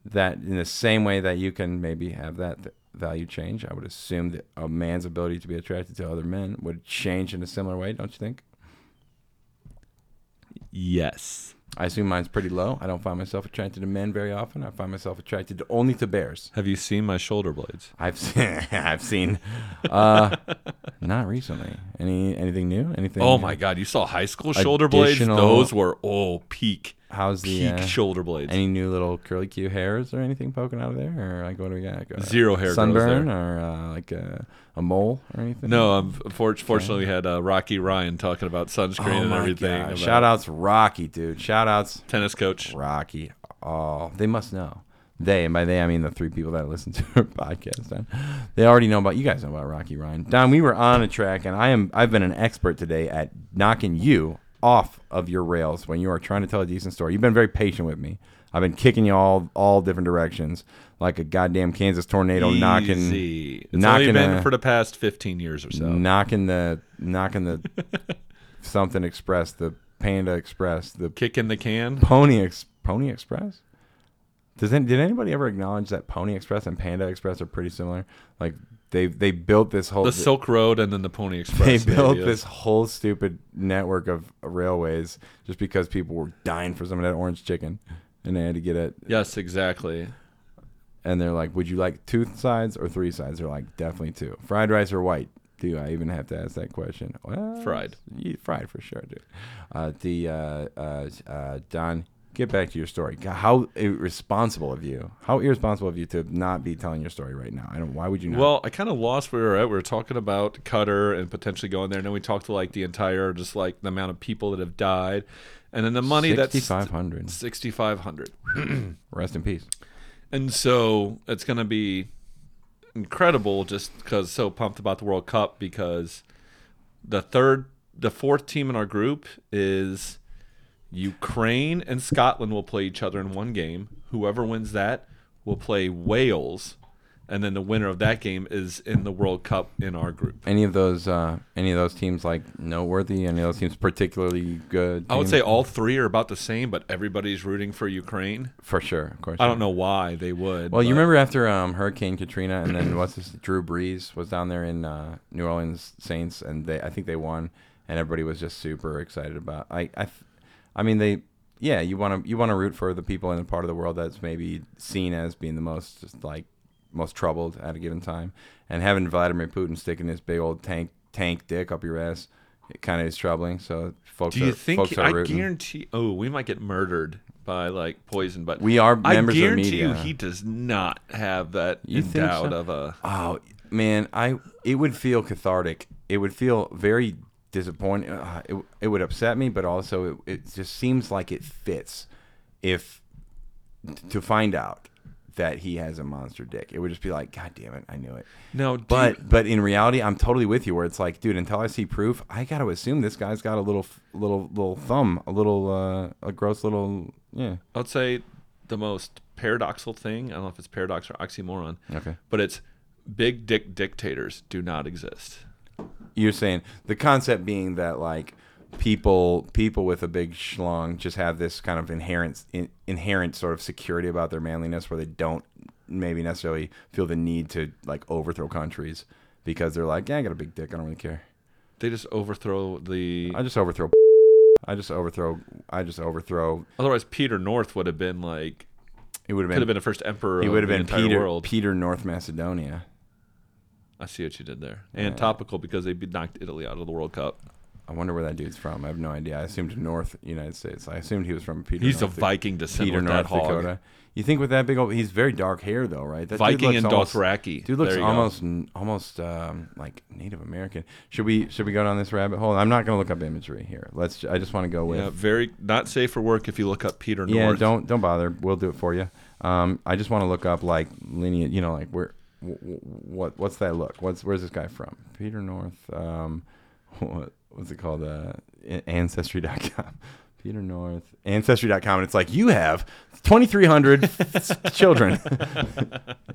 Speaker 1: that in the same way that you can maybe have that th- value change, I would assume that a man's ability to be attracted to other men would change in a similar way. Don't you think?
Speaker 2: yes.
Speaker 1: I assume mine's pretty low. I don't find myself attracted to men very often. I find myself attracted to- only to bears.
Speaker 2: Have you seen my shoulder blades?
Speaker 1: I've *laughs* seen, I've seen,
Speaker 2: *laughs*
Speaker 1: uh, not recently. Any anything new? Anything?
Speaker 2: Oh my God! You saw high school shoulder blades?
Speaker 1: Additional-
Speaker 2: Those were oh peak,
Speaker 1: How's the
Speaker 2: peak
Speaker 1: uh,
Speaker 2: shoulder blades.
Speaker 1: any new little curly Q hairs or anything poking out of there? Or like what do we got? Like, uh,
Speaker 2: Zero hair grows
Speaker 1: sunburn or uh, like a, a mole or anything?
Speaker 2: no, um, for- fortunately, we had uh, Rocky Ryan talking about sunscreen and everything.
Speaker 1: God.
Speaker 2: about
Speaker 1: Oh Shout outs Rocky, dude. Shout outs
Speaker 2: tennis coach.
Speaker 1: Rocky. Oh, they must know. They, and by they, I mean the three people that listen to *laughs* our podcast. Don. They already know about you guys know about Rocky Ryan. Don, we were on a track, and I am I've been an expert today at knocking you off of your rails when you are trying to tell a decent story. You've been very patient with me. I've been kicking you all all different directions, like a goddamn Kansas tornado knocking
Speaker 2: Easy. It's
Speaker 1: knocking
Speaker 2: only been
Speaker 1: a-
Speaker 2: for the past 15 years or so.
Speaker 1: knocking the knocking the something express, the Panda Express, the
Speaker 2: Kick in the can.
Speaker 1: Pony Ex- Pony Express. Does any, did anybody ever acknowledge that Pony Express and Panda Express are pretty similar? Like they they built this whole
Speaker 2: The Silk Road and then the Pony
Speaker 1: they
Speaker 2: Express.
Speaker 1: built
Speaker 2: ideas.
Speaker 1: this whole stupid network of railways just because people were dying for some of that orange chicken, and they had to get it.
Speaker 2: Yes, exactly.
Speaker 1: And they're like, "Would you like two sides or three sides?" They're like, "Definitely two. Fried rice or white." Do I even have to ask that question? Well,
Speaker 2: Fried.
Speaker 1: you- fried for sure, dude. Uh, the uh, uh, uh, Don, get back to your story. God, How irresponsible of you! How irresponsible of you to not be telling your story right now. I don't. Why would you not?
Speaker 2: Well, I kind of lost where we were at. We were talking about Cutter and potentially going there, and then we talked to like the entire, just like the amount of people that have died, and then the money
Speaker 1: sixty-five hundred.
Speaker 2: that's sixty-five hundred.
Speaker 1: Rest in peace.
Speaker 2: And so it's going to be incredible just because so pumped about the World Cup because the third, the fourth team in our group is Ukraine and Scotland will play each other in one game. Whoever wins that will play Wales. And then the winner of that game is in the World Cup in our group.
Speaker 1: Any of those, uh, any of those teams like noteworthy? Any of those teams particularly good?
Speaker 2: I would
Speaker 1: teams?
Speaker 2: say all three are about the same, but everybody's rooting for Ukraine.
Speaker 1: for sure, of course.
Speaker 2: I don't know why they would.
Speaker 1: Well, you
Speaker 2: but-
Speaker 1: remember after um, Hurricane Katrina, and then what's this? Drew Brees was down there in uh, New Orleans Saints, and they I think they won, and everybody was just super excited about. I I, th- I mean they, yeah, you want to you want to root for the people in the part of the world that's maybe seen as being the most just like most troubled at a given time, and having Vladimir Putin sticking his big old tank tank dick up your ass, it kind of is troubling. So folks,
Speaker 2: Do you
Speaker 1: are,
Speaker 2: think
Speaker 1: folks are
Speaker 2: I
Speaker 1: rooting.
Speaker 2: guarantee? Oh, we might get murdered by like poison, but
Speaker 1: We are
Speaker 2: I
Speaker 1: members of the
Speaker 2: guarantee you
Speaker 1: media.
Speaker 2: he does not have that
Speaker 1: You think
Speaker 2: endowed
Speaker 1: so?
Speaker 2: of a.
Speaker 1: Oh man, I it would feel cathartic. It would feel very disappointing. Uh, it, it would upset me, but also it, it just seems like it fits. If to find out that he has a monster dick, it would just be like, God damn it, I knew it.
Speaker 2: No, do you-
Speaker 1: But but in reality, I'm totally with you. Where it's like, dude, until I see proof, I got to assume this guy's got a little f- little little thumb, a little uh, a gross little yeah.
Speaker 2: I'd say the most paradoxal thing. I don't know if it's paradox or oxymoron.
Speaker 1: Okay.
Speaker 2: but it's big dick dictators do not exist.
Speaker 1: You're saying the concept being that like people people with a big schlong just have this kind of inherent in, inherent sort of security about their manliness where they don't maybe necessarily feel the need to like overthrow countries because they're like, yeah, I got a big dick, I don't really care.
Speaker 2: They just overthrow the.
Speaker 1: I just overthrow. I just overthrow. I just overthrow.
Speaker 2: Otherwise, Peter North would have been like
Speaker 1: It would have
Speaker 2: could
Speaker 1: been.
Speaker 2: have been a first emperor.
Speaker 1: he
Speaker 2: of
Speaker 1: would have
Speaker 2: the
Speaker 1: been
Speaker 2: entire
Speaker 1: Peter.
Speaker 2: world.
Speaker 1: Peter North Macedonia.
Speaker 2: I see what you did there, and topical because they be- knocked Italy out of the World Cup.
Speaker 1: I wonder where that dude's from. I have no idea. I assumed North United States. I assumed he was from Peter.
Speaker 2: He's a
Speaker 1: North,
Speaker 2: Viking descent
Speaker 1: Peter
Speaker 2: with
Speaker 1: North
Speaker 2: that hog.
Speaker 1: Dakota. You think with that big old? He's very dark hair though, right? That dude
Speaker 2: Viking
Speaker 1: looks
Speaker 2: and
Speaker 1: almost-
Speaker 2: Dothraki.
Speaker 1: Dude looks
Speaker 2: There you go.
Speaker 1: almost n- almost um, like Native American. Should we should we go down this rabbit hole? I'm not gonna look up imagery here. Let's. ju- I just want to go with.
Speaker 2: Yeah, very not safe for work if you look up Peter
Speaker 1: Yeah,
Speaker 2: North.
Speaker 1: don't don't bother. We'll do it for you. Um, I just want to look up like lineage. You know, like where, w- w- what what's that look? What's where's this guy from? Peter North. Um, *laughs* what what's it called? Uh, a- ancestry.com. *laughs* Peter North. Ancestry.com, and it's like you have 2,300 *laughs* children.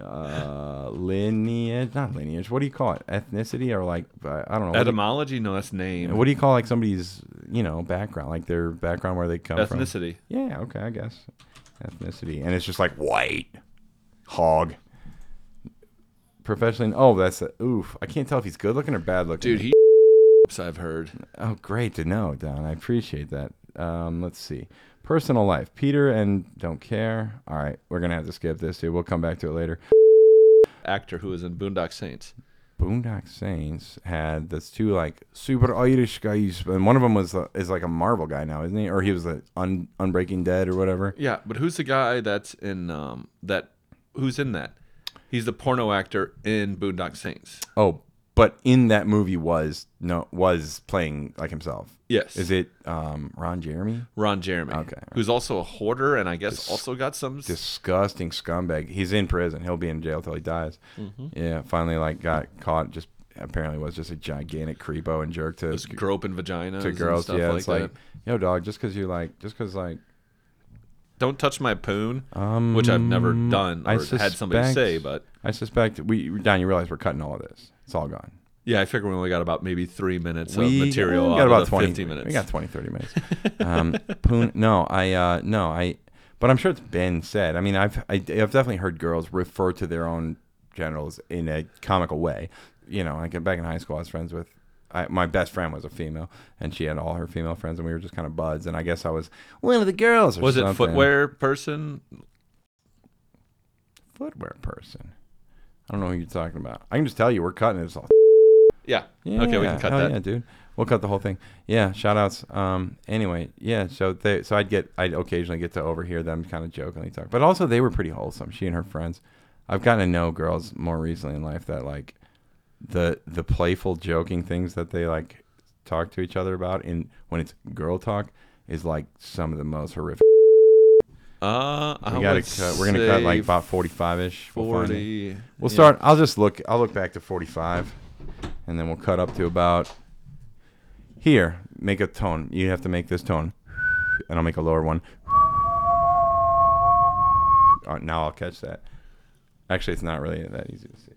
Speaker 1: uh, lineage, not lineage. What do you call it? Ethnicity or like I I don't know. What do,
Speaker 2: Etymology? No, that's
Speaker 1: you,
Speaker 2: name.
Speaker 1: what do you call like somebody's you know background, like their background where they come from?
Speaker 2: Ethnicity.
Speaker 1: Yeah, okay, I guess. Ethnicity. And it's just like white. Hog. Professionally. Oh, that's a, oof. I can't tell if he's good looking or bad looking.
Speaker 2: Dude, he *laughs* I've heard.
Speaker 1: Oh, great to know, Don. I appreciate that. Um, let's see. Personal life. Peter and don't care. All right, we're going to have to skip this, dude. We'll come back to it later.
Speaker 2: Actor who was in Boondock Saints.
Speaker 1: Boondock Saints had this two like super Irish guys, and one of them was uh, is like a Marvel guy now, isn't he? Or he was the un, Unbreaking Dead or whatever.
Speaker 2: Yeah, but who's the guy that's in um that who's in that? He's the porno actor in Boondock Saints.
Speaker 1: Oh, but in that movie was no was playing like himself.
Speaker 2: Yes.
Speaker 1: Is it um, Ron Jeremy?
Speaker 2: Ron Jeremy.
Speaker 1: Okay.
Speaker 2: Who's also a hoarder and I guess also got some s-
Speaker 1: Disgusting scumbag. He's in prison. He'll be in jail till he dies.
Speaker 2: Mm-hmm.
Speaker 1: Yeah. Finally, like got caught. Just apparently was just a gigantic creepo and jerk to
Speaker 2: groping vaginas
Speaker 1: to
Speaker 2: and
Speaker 1: girls.
Speaker 2: stuff
Speaker 1: Yeah.
Speaker 2: like
Speaker 1: it's like,
Speaker 2: that.
Speaker 1: yo, dog. Just because you like, just because like,
Speaker 2: Don't touch my poon,
Speaker 1: um,
Speaker 2: which I've never done
Speaker 1: I
Speaker 2: or had somebody
Speaker 1: suspect-
Speaker 2: say, but
Speaker 1: I suspect we Don. You realize we're cutting all of this. It's all gone.
Speaker 2: yeah, I figure we only got about maybe three minutes
Speaker 1: we
Speaker 2: of material
Speaker 1: we
Speaker 2: out
Speaker 1: got
Speaker 2: of
Speaker 1: about
Speaker 2: the
Speaker 1: 20
Speaker 2: fifty minutes.
Speaker 1: We got 20, 30
Speaker 2: *laughs*
Speaker 1: minutes. um, Poon, no, I, uh, no, I, but I'm sure it's been said. I mean, I've, I, I've definitely heard girls refer to their own genitals in a comical way. You know, like back in high school, I was friends with. I, my best friend was a female, and she had all her female friends, and we were just kind of buds. And I guess I was one of the girls. Or
Speaker 2: was it
Speaker 1: something.
Speaker 2: footwear person?
Speaker 1: Footwear person. I don't know who you're talking about. I can just tell you, we're cutting it. It's all
Speaker 2: Yeah. Okay, we
Speaker 1: Yeah,
Speaker 2: can cut
Speaker 1: hell
Speaker 2: that.
Speaker 1: Yeah, dude. We'll cut the whole thing. Yeah, shout outs. Um anyway, yeah, so they so I'd get I'd occasionally get to overhear them kind of jokingly talk. But also they were pretty wholesome, she and her friends. I've gotten to know girls more recently in life that like the the playful joking things that they like talk to each other about in when it's girl talk is like some of the most horrific.
Speaker 2: Uh, I
Speaker 1: We gotta
Speaker 2: would
Speaker 1: cut we're gonna cut
Speaker 2: say
Speaker 1: like about forty five ish. We'll, find it.
Speaker 2: 40.
Speaker 1: We'll
Speaker 2: yeah.
Speaker 1: start I'll just look I'll look back to forty five and then we'll cut up to about here, make a tone. You have to make this tone, and I'll make a lower one. Uh, now I'll catch that. Actually, it's not really that easy to see.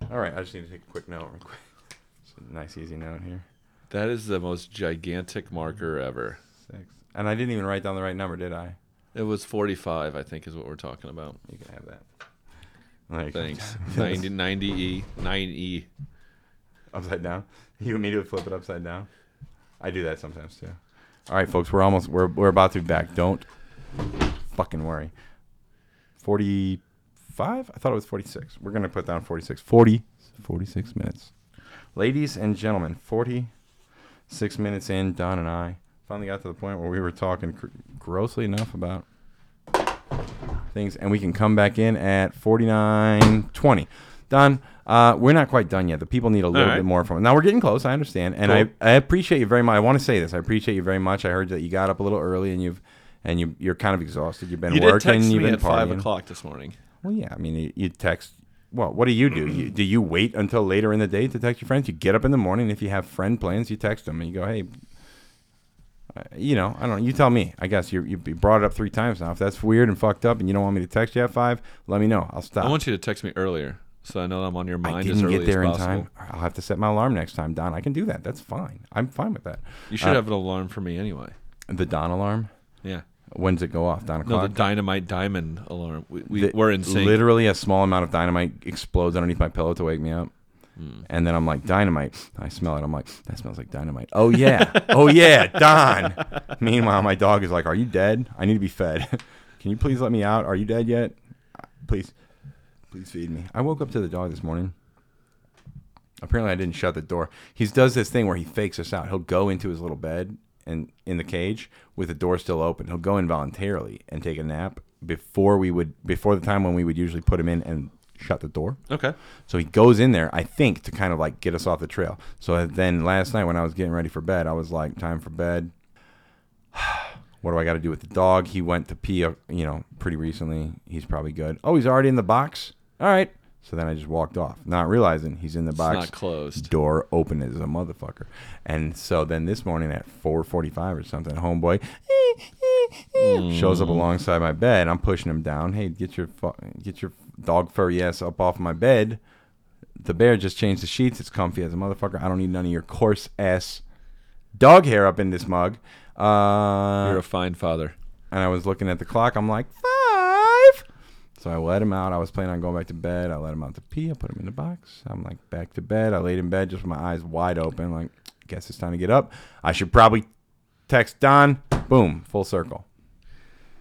Speaker 1: But. All right, I just need to take a quick note. Real quick. *laughs* Just a nice easy note here.
Speaker 2: That is the most gigantic marker ever.
Speaker 1: Six. And I didn't even write down the right number, did I?
Speaker 2: It was 45, I think, is what we're talking about.
Speaker 1: You can have that. There you go. *laughs*
Speaker 2: Thanks. E, 90, 90E, 9E.
Speaker 1: upside down. You immediately flip it upside down. I do that sometimes too. All right, folks, we're almost we're we're about to be back. Don't fucking worry. Forty five? I thought it was forty six. We're gonna put down 46. 40, 46 minutes. Ladies and gentlemen, forty six minutes in. Don and I finally got to the point where we were talking gr- grossly enough about things, and we can come back in at forty nine twenty. Don, uh, we're not quite done yet. The people need a little
Speaker 2: right.
Speaker 1: bit more from it. Now we're getting close. I understand, and
Speaker 2: Cool.
Speaker 1: I, I appreciate you very much. I want to say this. I appreciate you very much. I heard that you got up a little early, and you've and you you're kind of exhausted. You've been
Speaker 2: You did
Speaker 1: working.
Speaker 2: text
Speaker 1: you've
Speaker 2: me
Speaker 1: been
Speaker 2: at 5
Speaker 1: partying.
Speaker 2: o'clock this morning.
Speaker 1: Well, yeah. I mean, you, you text. Well, what do you do? You, do you wait until later in the day to text your friends? You get up in the morning. If you have friend plans, you text them and you go, "Hey, uh, you know, I don't. You tell me. I guess you you you brought it up three times now. If that's weird and fucked up, and you don't want me to text you at five, let me know. I'll stop.
Speaker 2: I want you to text me earlier. So I know I'm on your
Speaker 1: Ah.
Speaker 2: mind
Speaker 1: I
Speaker 2: as
Speaker 1: didn't
Speaker 2: early
Speaker 1: get there
Speaker 2: as
Speaker 1: in
Speaker 2: possible.
Speaker 1: time. I'll have to set my alarm next time, Don. I can do that. That's fine. I'm fine with that. Uh,
Speaker 2: You should have an alarm for me anyway.
Speaker 1: The Don alarm.
Speaker 2: Yeah.
Speaker 1: When does it go off? Don
Speaker 2: No, the
Speaker 1: o'clock.
Speaker 2: dynamite diamond alarm. We, we,
Speaker 1: The-
Speaker 2: we're insane.
Speaker 1: Literally, a small amount of dynamite explodes underneath my pillow to wake me up.
Speaker 2: Hmm.
Speaker 1: And then I'm like, dynamite. I smell it. I'm like, that smells like dynamite. Oh, yeah. oh, yeah. Don. *laughs* Meanwhile, my dog is like, Are you dead? I need to be fed. *laughs* Can you please let me out? Are you dead yet? "Uh, Please, please feed me. I woke up to the dog this morning. Apparently, I didn't shut the door. He does this thing where he fakes us out. He'll go into his little bed and in the cage with the door still open. He'll go in voluntarily and take a nap before we would before the time when we would usually put him in and shut the door.
Speaker 2: Okay.
Speaker 1: So he goes in there, I think, to kind of like get us off the trail. So then last night when I was getting ready for bed, I was like, time for bed. *sighs* What do I got to do with the dog? He went to pee, uh, you know, pretty recently. He's probably good. Oh, he's already in the box. All right. So then I just walked off, not realizing he's in the
Speaker 2: It's
Speaker 1: box.
Speaker 2: not closed.
Speaker 1: Door open as a motherfucker. And so then this morning at 4:45 or something, homeboy "Eh, shows up alongside my bed. I'm pushing him down. Hey, get your fu- get your dog furry ass up off my bed. The bear just changed the sheets. It's comfy as a motherfucker. I don't need none of your coarse ass dog hair up in this mug. Uh,
Speaker 2: You're a fine father.
Speaker 1: and I was looking at the clock. I'm like, five. So I let him out. I was planning on going back to bed. I let him out to pee. I put him in the box. I'm like, back to bed. I laid in bed just with my eyes wide open. Like, guess it's time to get up. I should probably text Don. Boom, full circle.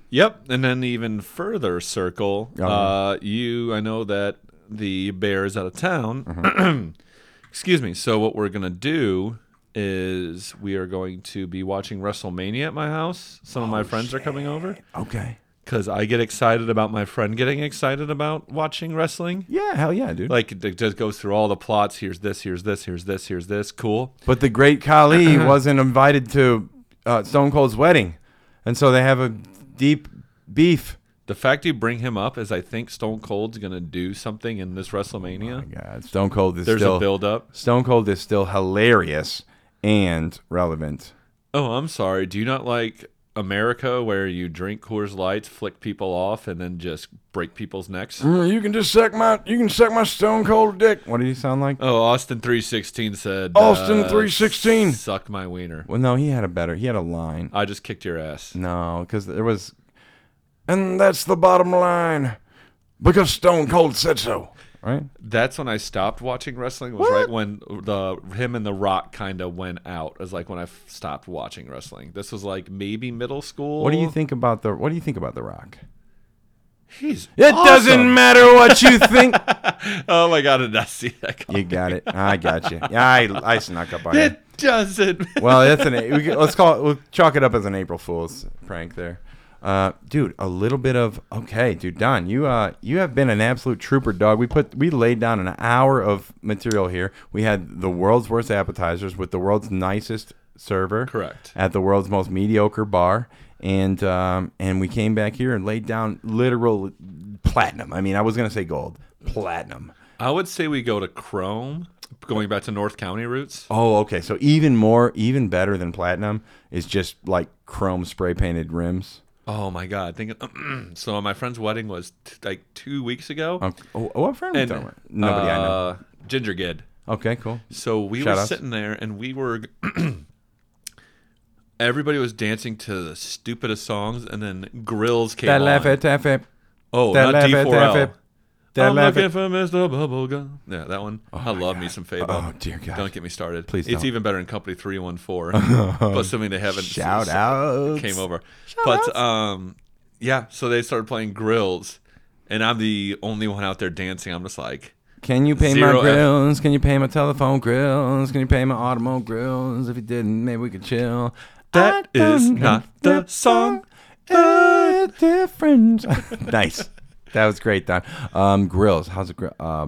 Speaker 2: Yep. And then even further circle,
Speaker 1: Oh.
Speaker 2: uh, you. I know that the bear is out of town.
Speaker 1: Uh-huh.
Speaker 2: *clears throat* Excuse me. So what we're gonna do is we are going to be watching WrestleMania at my house. Some of
Speaker 1: Oh,
Speaker 2: my friends are coming over
Speaker 1: Okay.
Speaker 2: because I get excited about my friend getting excited about watching wrestling.
Speaker 1: Yeah, hell yeah, dude.
Speaker 2: Like it just goes through all the plots. Here's this. Here's this. Here's this. Here's this. Cool.
Speaker 1: but the great
Speaker 2: *clears throat*
Speaker 1: Khali wasn't invited to uh, Stone Cold's wedding, and so they have a deep beef.
Speaker 2: The fact you bring him up is I think Stone Cold's gonna do something in this WrestleMania.
Speaker 1: Oh My God, Stone Cold is
Speaker 2: There's
Speaker 1: still
Speaker 2: a build up.
Speaker 1: Stone Cold is still hilarious and relevant.
Speaker 2: Oh, I'm sorry. Do you not like America where you drink Coors Lights, flick people off, and then just break people's necks?
Speaker 1: Mm, you can just suck my you can suck my stone cold dick. What did he sound like?
Speaker 2: Oh, Austin three sixteen said
Speaker 1: Austin
Speaker 2: uh,
Speaker 1: 316.
Speaker 2: Suck my wiener.
Speaker 1: Well, no, he had a better. He had a line.
Speaker 2: I just kicked your ass.
Speaker 1: No, because there was, and that's the bottom line, because Stone Cold said so. Right?
Speaker 2: That's when I stopped watching wrestling. Was right when the him and the Rock kind of went out. Is like when I f- stopped watching wrestling. This was like maybe middle school.
Speaker 1: What do you think about the What do you think about the Rock?
Speaker 2: He's
Speaker 1: It doesn't
Speaker 2: awesome.
Speaker 1: matter what you think.
Speaker 2: Oh my god, I did not see that.
Speaker 1: *laughs* you got it. I got you. Yeah, I I snuck up on you.
Speaker 2: It doesn't.
Speaker 1: Well, that's an we could, let's call it we'll chalk it up as an April Fool's prank there. Uh, dude, a little bit of okay, dude, Don, you uh, you have been an absolute trooper, dog. We put we laid down an hour of material here. We had the world's worst appetizers with the world's nicest server,
Speaker 2: Correct.
Speaker 1: at the world's most mediocre bar, and um, and we came back here and laid down literal platinum. I mean, I was gonna say gold, platinum.
Speaker 2: I would say we go to Chrome, going back to North County roots.
Speaker 1: Oh, okay. So even more, even better than platinum is just like chrome spray painted rims.
Speaker 2: Oh my god! Think *clears throat* so. My friend's wedding was t- like two weeks ago.
Speaker 1: Oh, oh, what friend are we
Speaker 2: and,
Speaker 1: talking about? Nobody I know.
Speaker 2: uh, Ginger Gid.
Speaker 1: Okay, cool.
Speaker 2: So we
Speaker 1: Shout
Speaker 2: were
Speaker 1: outs.
Speaker 2: sitting there, and we were. *clears throat* everybody was dancing to the stupidest songs, and then grills came on. Oh,
Speaker 1: That
Speaker 2: not
Speaker 1: laugh it, laugh
Speaker 2: D4L.
Speaker 1: it. That
Speaker 2: I'm
Speaker 1: laugh
Speaker 2: looking
Speaker 1: it.
Speaker 2: for Mr. Bubblegum. Yeah, that one. I love me some Fable.
Speaker 1: Oh dear
Speaker 2: Don't
Speaker 1: God!
Speaker 2: get me started.
Speaker 1: Please
Speaker 2: It's
Speaker 1: don't.
Speaker 2: even better in
Speaker 1: *laughs*
Speaker 2: Company 314. but something they haven't
Speaker 1: Shout
Speaker 2: s-
Speaker 1: out.
Speaker 2: came over. but um, yeah, so they started playing grills, and I'm the only one out there dancing. I'm just like,
Speaker 1: Can you pay
Speaker 2: Zero
Speaker 1: my
Speaker 2: F.
Speaker 1: grills? Can you pay my telephone grills? Can you pay my automobile grills? If you didn't, maybe we could chill.
Speaker 2: That
Speaker 1: I don't
Speaker 2: is not the
Speaker 1: understand
Speaker 2: song.
Speaker 1: the difference. *laughs* nice. That was great, Don. Um, grills. How's it? Gr- uh,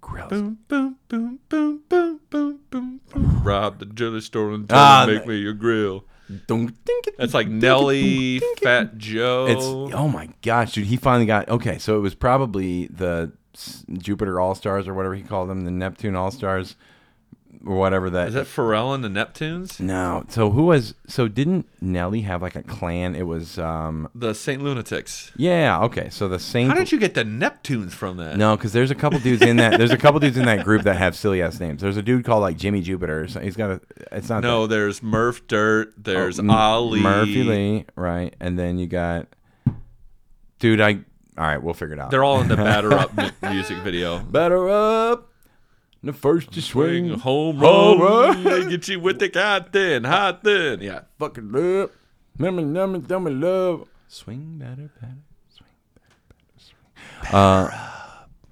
Speaker 1: grills.
Speaker 2: boom, boom, boom, boom, boom, boom, boom, boom. Rob the jelly store and tell
Speaker 1: Ah,
Speaker 2: him to make me a grill.
Speaker 1: Dunk, dink it,
Speaker 2: That's like
Speaker 1: dink it,
Speaker 2: Nelly,
Speaker 1: dunk, dink it.
Speaker 2: Fat Joe.
Speaker 1: It's oh my gosh, dude! He finally got okay. So it was probably the S- Jupiter All Stars or whatever he called them, the Neptune All Stars or whatever that
Speaker 2: Is that Pharrell and the Neptunes?
Speaker 1: No. So who was so didn't Nelly have like a clan? It was um
Speaker 2: The Saint Lunatics.
Speaker 1: yeah, okay. So the same
Speaker 2: How did you get the Neptunes from that?
Speaker 1: No, cuz there's a couple dudes in that there's a couple dudes in that group that have silly ass names. There's a dude called like Jimmy Jupiter. So he's got a it's not
Speaker 2: No, there's Murph Dirt. There's
Speaker 1: Oh, M-
Speaker 2: Ali.
Speaker 1: Murphy Lee, right? And then you got Dude, I All right, we'll figure it out.
Speaker 2: They're all
Speaker 1: *laughs*
Speaker 2: in the Batter Up mu- music video.
Speaker 1: better up. The first to
Speaker 2: Swing
Speaker 1: swing,
Speaker 2: home
Speaker 1: Home run.
Speaker 2: run. They get you with the goddamn hot then. Yeah.
Speaker 1: fucking up. Number, number, number, love. Swing better, better.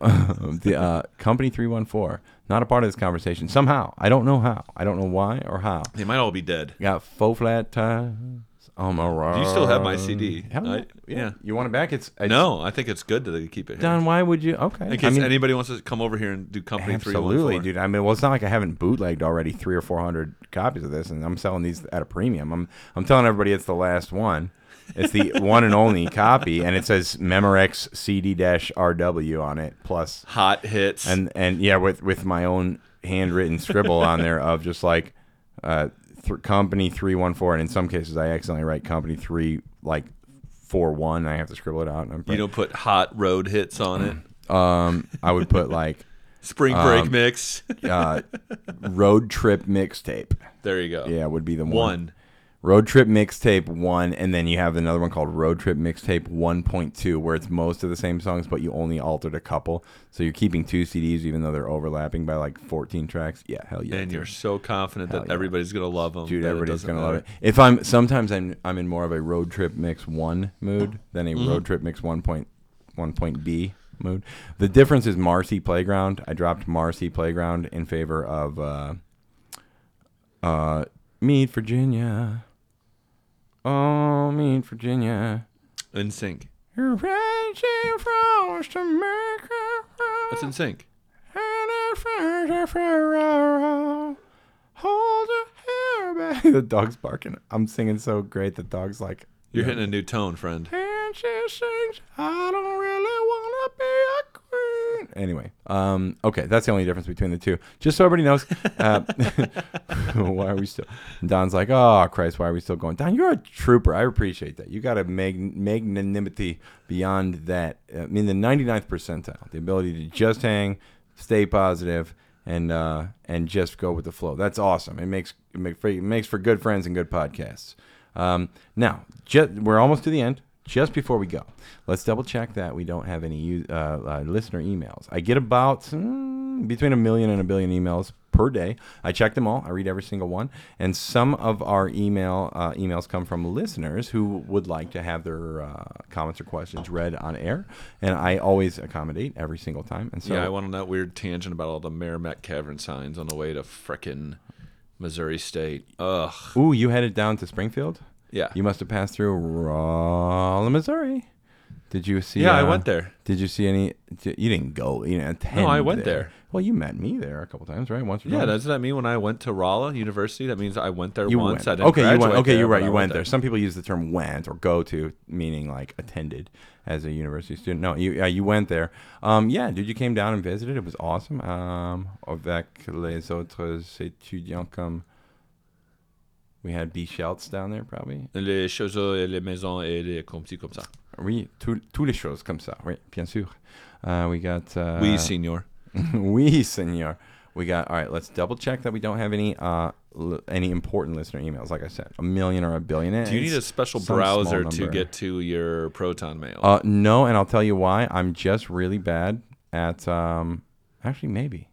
Speaker 1: Uh, *laughs* the uh, company 314 not a part of this conversation somehow i don't know how i don't know why or how
Speaker 2: They might all be dead.
Speaker 1: got faux flat tires on my road
Speaker 2: Do you still have my CD?
Speaker 1: Hell
Speaker 2: I-
Speaker 1: Um, yeah.
Speaker 2: yeah.
Speaker 1: you want it back it's, it's
Speaker 2: No, I think it's good that they keep it here.
Speaker 1: don why would you okay
Speaker 2: In
Speaker 1: I
Speaker 2: case
Speaker 1: mean,
Speaker 2: anybody wants to come over here and do Company
Speaker 1: absolutely
Speaker 2: 314.
Speaker 1: dude i mean well it's not like i haven't bootlegged already three or four hundred copies of this and i'm selling these at a premium i'm i'm telling everybody it's the last one it's the one and only copy and it says memorex cd-rw on it plus
Speaker 2: Hot hits.
Speaker 1: and and yeah, with with my own handwritten scribble on there of just like uh, th- company three one four, and in some cases I accidentally write company three like four one. I have to scribble it out. And I'm
Speaker 2: you don't put hot road hits on
Speaker 1: *clears throat*
Speaker 2: it.
Speaker 1: um, I would put like
Speaker 2: Spring break
Speaker 1: Um,
Speaker 2: mix. *laughs*
Speaker 1: uh, road trip mixtape.
Speaker 2: there you go.
Speaker 1: Yeah, would be the one.
Speaker 2: One.
Speaker 1: Road trip mixtape one, and then you have another one called Road Trip Mixtape one point two, where it's most of the same songs, but you only altered a couple. So you're keeping two CDs, even though they're overlapping by like fourteen tracks. Yeah, hell yeah.
Speaker 2: And
Speaker 1: dude.
Speaker 2: you're so confident
Speaker 1: Hell
Speaker 2: that
Speaker 1: yeah.
Speaker 2: everybody's going to love them.
Speaker 1: Dude, everybody's gonna love it. If I'm sometimes I'm I'm in more of a road trip mix one mood than a road trip mix one point one point B mood. The difference is Marcy Playground. I dropped Marcy Playground in favor of uh, uh, Mead Virginia. Oh, Mead Virginia.
Speaker 2: In sync.
Speaker 1: You're reaching across to make a-
Speaker 2: That's in sync.
Speaker 1: *laughs* the dog's barking. I'm singing so great. The dog's like,
Speaker 2: You're hitting a new tone, friend.
Speaker 1: and she sings, I don't really want to be a queen. Anyway, um, okay, that's the only difference between the two. Just so everybody knows, uh, *laughs* why are we still? Don's like, oh Christ, why are we still going? Don, you're a trooper. I appreciate that. You got a mag- magnanimity beyond that. I mean, the 99th percentile, the ability to just hang, stay positive, and uh, and just go with the flow. That's awesome. It makes it make for, it makes for good friends and good podcasts. Um, now, just, we're almost to the end. Just before we go, let's double check that we don't have any u- uh, uh, listener emails. I get about mm, between a million and a billion emails per day. I check them all. I read every single one, and some of our email uh, emails come from listeners who would like to have their uh, comments or questions read on air, and I always accommodate every single time. And so,
Speaker 2: yeah, I went on that weird tangent about all the Merrimack Cavern signs on the way to frickin' Missouri State. Ugh.
Speaker 1: ooh, you headed down to Springfield.
Speaker 2: Yeah.
Speaker 1: You must have passed through Rolla, Missouri. Did you see?
Speaker 2: yeah, I
Speaker 1: uh,
Speaker 2: went there.
Speaker 1: Did you see any? d- You didn't go. You didn't attend.
Speaker 2: I went there.
Speaker 1: Well, you met me there a couple times, right? Once. or
Speaker 2: Yeah,
Speaker 1: twice.
Speaker 2: doesn't that mean when I went to Rolla University, that means I went there
Speaker 1: Mm-hmm. you
Speaker 2: once.
Speaker 1: went.
Speaker 2: I didn't
Speaker 1: okay, you went.
Speaker 2: graduate
Speaker 1: Okay,
Speaker 2: there,
Speaker 1: you're right.
Speaker 2: but I
Speaker 1: You
Speaker 2: went
Speaker 1: went there. Some people use the term "went" or "go to," meaning like attended as a university student. No, you uh, you went there. Um, yeah, dude, you came down and visited. It was awesome. Um, avec les autres étudiants comme. We had B. Schultz down there, probably.
Speaker 2: Les choses, et les maisons, et les comme ci, comme ça.
Speaker 1: Oui, tout, tous les choses comme ça. Oui, bien sûr. Uh, we got. Uh,
Speaker 2: oui, senor.
Speaker 1: *laughs* we senor we got all right let's double check that we don't have any uh l- any important listener emails like i said a million or a billion
Speaker 2: Do you need a special
Speaker 1: some small
Speaker 2: browser to
Speaker 1: number.
Speaker 2: get to your Proton Mail?
Speaker 1: uh no and i'll tell you why i'm just really bad at um actually maybe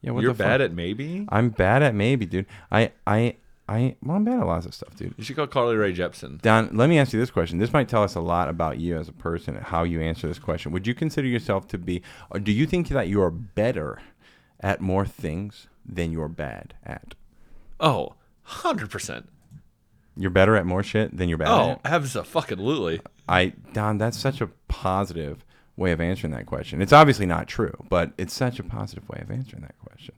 Speaker 1: yeah what
Speaker 2: You're
Speaker 1: the fuck?
Speaker 2: bad at maybe.
Speaker 1: i'm bad at maybe dude i i i well i'm bad at lots of stuff dude
Speaker 2: You should call Carly Ray Jepsen.
Speaker 1: Don, let me ask you this question. This might tell us a lot about you as a person and how you answer this question. Would you consider yourself to be, or do you think that you are better at more things than you're bad at?
Speaker 2: Oh, 100%.
Speaker 1: You're better at more shit than you're bad
Speaker 2: Oh,
Speaker 1: at?
Speaker 2: absolutely.
Speaker 1: I, Don, that's such a positive way of answering that question. It's obviously not true, but it's such a positive way of answering that question.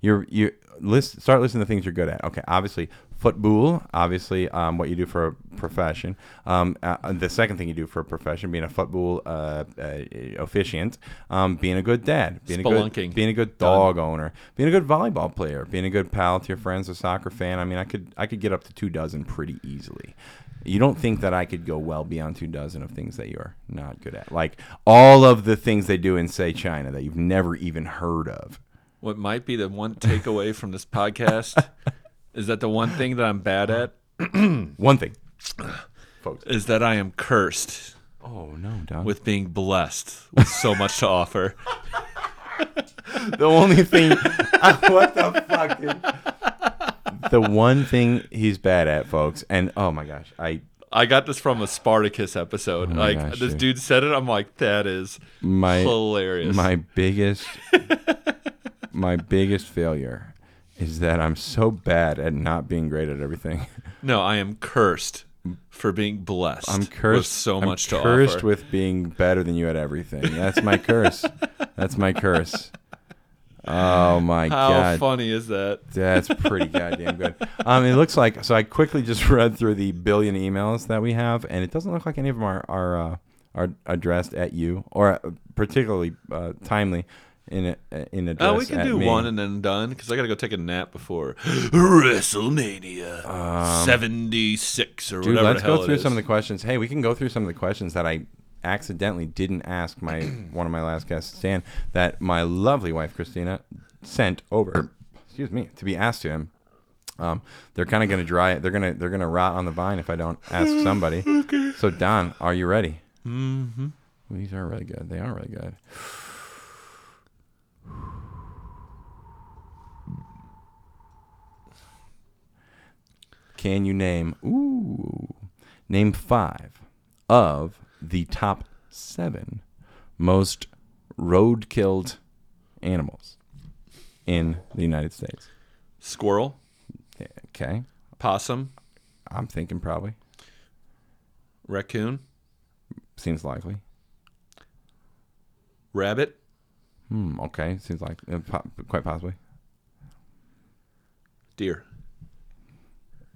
Speaker 1: You're you list start listing the things you're good at. Okay, obviously football, obviously um, what you do for a profession. Um, uh, the second thing you do for a profession, being a football uh, uh, officiant, um, being a good dad, being a
Speaker 2: Spelunking.
Speaker 1: good being a good dog owner, being a good volleyball player, being a good pal to your friends, a soccer fan. I mean, I could I could get up to two dozen pretty easily. You don't think that I could go well beyond two dozen of things that you're not good at, like all of the things they do in say China that you've never even heard of.
Speaker 2: What might be the
Speaker 1: *laughs*
Speaker 2: one takeaway from this podcast is that the one thing that I'm bad at
Speaker 1: One thing, *sighs* folks.
Speaker 2: is that I am cursed
Speaker 1: Oh no, Doc.
Speaker 2: with being blessed with so much to offer.
Speaker 1: The only thing. *laughs* what the fuck, dude? The one thing he's bad at, folks, and oh my gosh, I
Speaker 2: I got this from a Spartacus episode.
Speaker 1: Oh my
Speaker 2: like
Speaker 1: gosh,
Speaker 2: this
Speaker 1: dude.
Speaker 2: dude said it, I'm like, that is
Speaker 1: my
Speaker 2: hilarious.
Speaker 1: my biggest *laughs* my biggest failure is that I'm so bad at not being great at
Speaker 2: *laughs*
Speaker 1: everything.
Speaker 2: no, I am cursed for being blessed.
Speaker 1: I'm
Speaker 2: with
Speaker 1: cursed
Speaker 2: so
Speaker 1: I'm
Speaker 2: much to
Speaker 1: cursed
Speaker 2: offer.
Speaker 1: with being better than you at everything. That's my curse. That's my curse. Oh my
Speaker 2: How
Speaker 1: god.
Speaker 2: funny is that?
Speaker 1: That's pretty goddamn good. Um, it looks like so. I quickly just *laughs* read through the billion emails that we have, and it doesn't look like any of them are are, uh, are addressed at you or uh, particularly uh, timely in a, in address.
Speaker 2: Oh, we can
Speaker 1: at
Speaker 2: do
Speaker 1: me.
Speaker 2: one and then done because I gotta go take a nap before *gasps* WrestleMania 76 or
Speaker 1: Um, Dude,
Speaker 2: whatever.
Speaker 1: let's
Speaker 2: the hell
Speaker 1: go
Speaker 2: it
Speaker 1: through
Speaker 2: is.
Speaker 1: some of the questions. Hey, we can go through some of the questions that I accidentally didn't ask
Speaker 2: *clears throat*
Speaker 1: my one of my last guests, Stan, that my lovely wife Christina sent over. Excuse me, to be asked to him. Um, they're kind of gonna dry. They're gonna they're gonna rot on the vine if I don't ask
Speaker 2: *laughs*
Speaker 1: somebody. So Don, are you ready? Mm-hmm. These are really good. They are really good. Can you name ooh name five of the top seven most road killed animals in the United States?
Speaker 2: squirrel,
Speaker 1: Okay,
Speaker 2: possum,
Speaker 1: I'm thinking probably
Speaker 2: raccoon,
Speaker 1: seems likely.
Speaker 2: rabbit,
Speaker 1: Hmm. Okay, seems like uh, po- quite possibly.
Speaker 2: deer.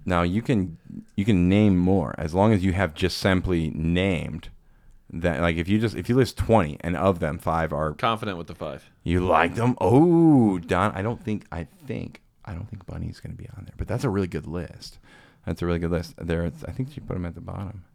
Speaker 1: Now you can you can name more as long as you have just simply named that. Like if you just if you list twenty and of them five are
Speaker 2: Confident with the five.
Speaker 1: You like them? Oh, Don, I don't think I think I don't think Bunny's gonna be on there, but that's a really good list. That's a really good list. There, it's- I think she put them at the bottom.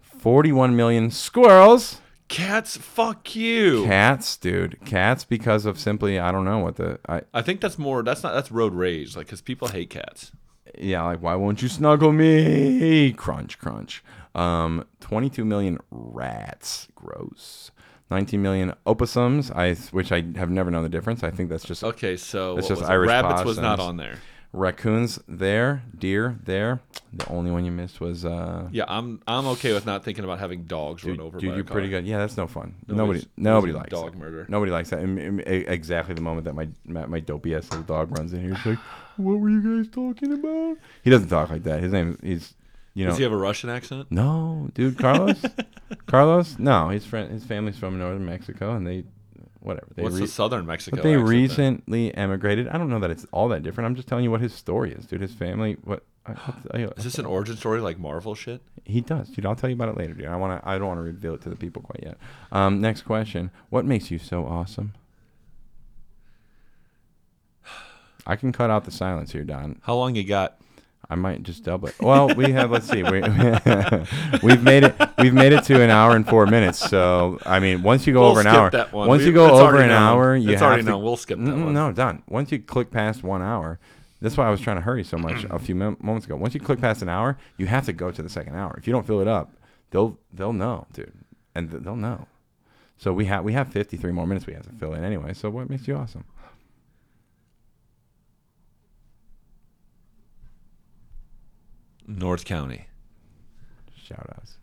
Speaker 1: Forty-one million squirrels,
Speaker 2: Cats, fuck you.
Speaker 1: cats, dude, cats because of simply I don't know what the I
Speaker 2: I think that's more. That's not. That's road rage. Like, cause people hate cats.
Speaker 1: yeah like why won't you snuggle me? Crunch, crunch. Um, twenty-two million rats, gross. Nineteen million opossums, I which I have never known the difference. I think that's just
Speaker 2: Okay, so
Speaker 1: That's
Speaker 2: what
Speaker 1: just
Speaker 2: was it?
Speaker 1: Irish
Speaker 2: rabbits was not
Speaker 1: possums.
Speaker 2: on there.
Speaker 1: raccoons there, deer there. The only one you missed was uh
Speaker 2: Yeah, I'm. I'm okay with not thinking about having dogs run over.
Speaker 1: dude,
Speaker 2: by a
Speaker 1: you're
Speaker 2: car.
Speaker 1: pretty good. Yeah, that's no fun.
Speaker 2: Nobody's-
Speaker 1: nobody nobody
Speaker 2: nobody's
Speaker 1: likes
Speaker 2: a dog
Speaker 1: that.
Speaker 2: murder.
Speaker 1: Nobody likes that. And- and- e- Exactly the moment that my my, my dopey ass little dog runs in here, he's like, "What were you guys talking about?" He doesn't talk like that. His name is you know
Speaker 2: Does he have a Russian accent?
Speaker 1: no, dude, Carlos.
Speaker 2: *laughs*
Speaker 1: Carlos? No, his friend, his family's from northern Mexico, and they, whatever. They
Speaker 2: What's
Speaker 1: re-
Speaker 2: the southern Mexico?
Speaker 1: But they
Speaker 2: accent then?
Speaker 1: recently emigrated. I don't know that it's all that different. I'm just telling you what his story is, dude. His family. What? I, what's- I,
Speaker 2: Is this an origin story like Marvel shit?
Speaker 1: He does, dude. I'll tell you about it later, dude. I want to. I don't want to reveal it to the people quite yet. Um, next question: What makes you so awesome? I can cut out the silence here, Don.
Speaker 2: How long you got?
Speaker 1: I might just double it. Well, we have. Let's see. We, *laughs* we've made it. We've made it to an hour and four minutes. So I mean, once you go
Speaker 2: We'll
Speaker 1: over an
Speaker 2: skip
Speaker 1: hour,
Speaker 2: that one.
Speaker 1: once
Speaker 2: We-
Speaker 1: you go
Speaker 2: it's
Speaker 1: over
Speaker 2: already
Speaker 1: an
Speaker 2: known.
Speaker 1: hour, you
Speaker 2: It's
Speaker 1: have
Speaker 2: already
Speaker 1: to,
Speaker 2: known. We'll skip that
Speaker 1: Mm,
Speaker 2: one.
Speaker 1: No, Don. Once you click past one hour, that's why I was trying to hurry so much a few mom- moments ago. Once you click past an hour, you have to go to the second hour. If you don't fill it up, they'll they'll know, dude, and th- they'll know. So we have we have 53 more minutes we have to fill in anyway. So what makes you awesome?
Speaker 2: North County.
Speaker 1: Shout outs.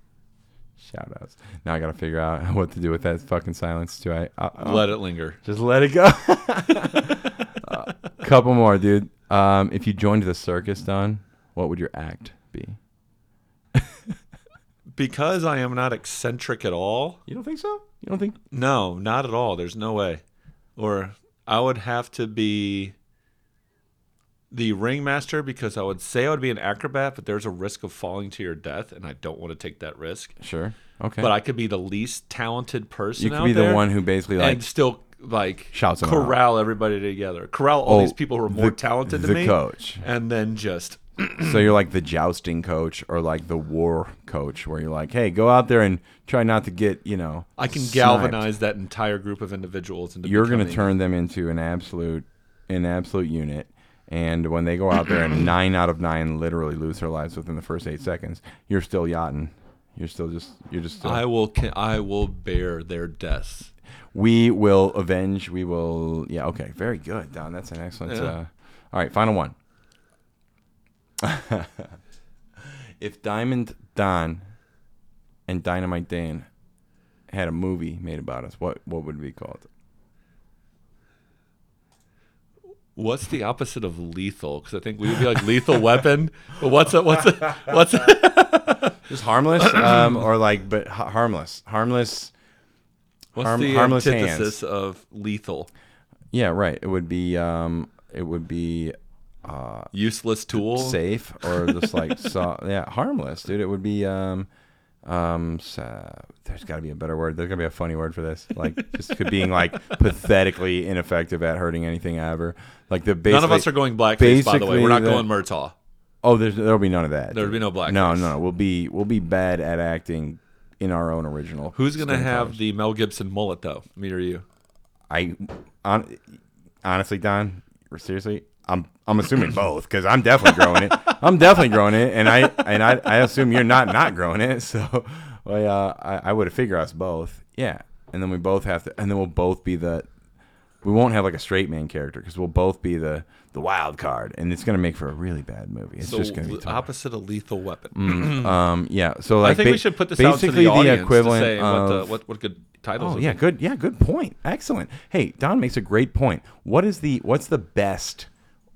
Speaker 1: Shout outs. Now I got to figure out *laughs* what to do with that fucking silence too. I, I, I
Speaker 2: Let it linger.
Speaker 1: Just let it go. *laughs* Uh, couple more, dude. Um, if you joined the circus, Don, what would your act be?
Speaker 2: Because I am not eccentric at all.
Speaker 1: You don't think so? You don't think?
Speaker 2: No, not at all. There's no way. Or I would have to be the ringmaster because I would say I would be an acrobat, but there's a risk of falling to your death, and I don't want to take that risk.
Speaker 1: Sure. Okay.
Speaker 2: But I could be the least talented person
Speaker 1: you could
Speaker 2: out
Speaker 1: be
Speaker 2: there
Speaker 1: the one who basically like
Speaker 2: and still like
Speaker 1: Shout someone out.
Speaker 2: corral everybody together, corral all
Speaker 1: Oh,
Speaker 2: these people who are more
Speaker 1: the-
Speaker 2: talented than
Speaker 1: the
Speaker 2: me,
Speaker 1: coach.
Speaker 2: and then just
Speaker 1: so you're like the jousting coach or like the war coach where you're like, hey, go out there and try not to get you know.
Speaker 2: I can
Speaker 1: sniped.
Speaker 2: galvanize that entire group of individuals into
Speaker 1: You're going to
Speaker 2: becoming-
Speaker 1: turn them into an absolute an absolute unit. And when they go out there
Speaker 2: *clears throat*
Speaker 1: and nine out of nine literally lose their lives within the first eight seconds, you're still yachting. You're still just you're just still
Speaker 2: I will. ca- I will bear their deaths.
Speaker 1: We will avenge. We will. Yeah. Okay. Very good, Don. That's an excellent.
Speaker 2: Yeah.
Speaker 1: Uh, all right. Final one. *laughs* if Diamond Don and Dynamite Dan had a movie made about us, what what would it be called?
Speaker 2: What's the opposite of lethal? Because I think we would be
Speaker 1: *laughs*
Speaker 2: like lethal weapon. But what's a, what's a, what's a,
Speaker 1: Just *coughs* harmless, um, or like, but ha- harmless, harmless.
Speaker 2: what's
Speaker 1: Harm-
Speaker 2: the
Speaker 1: harmless
Speaker 2: antithesis of lethal?
Speaker 1: Yeah. Right. It would be. Um, it would be
Speaker 2: Useless tool.
Speaker 1: safe or just
Speaker 2: *laughs*
Speaker 1: like so yeah harmless dude it would be um um so, there's got to be a better word there's got to be a funny word for this like just could being
Speaker 2: *laughs*
Speaker 1: like pathetically ineffective at hurting anything ever like the
Speaker 2: None of us are going blackface. By the way,
Speaker 1: basically
Speaker 2: we're not
Speaker 1: the-
Speaker 2: going Murtaugh.
Speaker 1: oh there's there'll be none of that
Speaker 2: There'll
Speaker 1: dude.
Speaker 2: be no blackface.
Speaker 1: no no no we'll be we'll be bad at acting in our own original
Speaker 2: Who's gonna
Speaker 1: screenplay.
Speaker 2: have the Mel Gibson mullet though? Me or you?
Speaker 1: i on, honestly don seriously I'm, I'm
Speaker 2: *clears throat*
Speaker 1: assuming both because I'm definitely growing it. I'm definitely growing it, and I and I, I assume you're not not growing it. *laughs* So, well, yeah, I, I would figure us both. Yeah, and then we both have to, and then we'll both be the. We won't have like a straight man character because we'll both be the the wild card, and it's gonna make for a really bad movie. It's
Speaker 2: So
Speaker 1: just gonna be
Speaker 2: the
Speaker 1: tough.
Speaker 2: opposite of lethal
Speaker 1: *clears throat*
Speaker 2: weapon.
Speaker 1: Um, yeah. So like
Speaker 2: I think
Speaker 1: ba-
Speaker 2: we should put this out to
Speaker 1: basically
Speaker 2: the audience
Speaker 1: equivalent
Speaker 2: to say
Speaker 1: of
Speaker 2: what, the, what what good titles.
Speaker 1: Oh
Speaker 2: would
Speaker 1: yeah,
Speaker 2: be.
Speaker 1: good. Yeah, good point. Excellent. Hey, Don makes a great point. What is the what's the best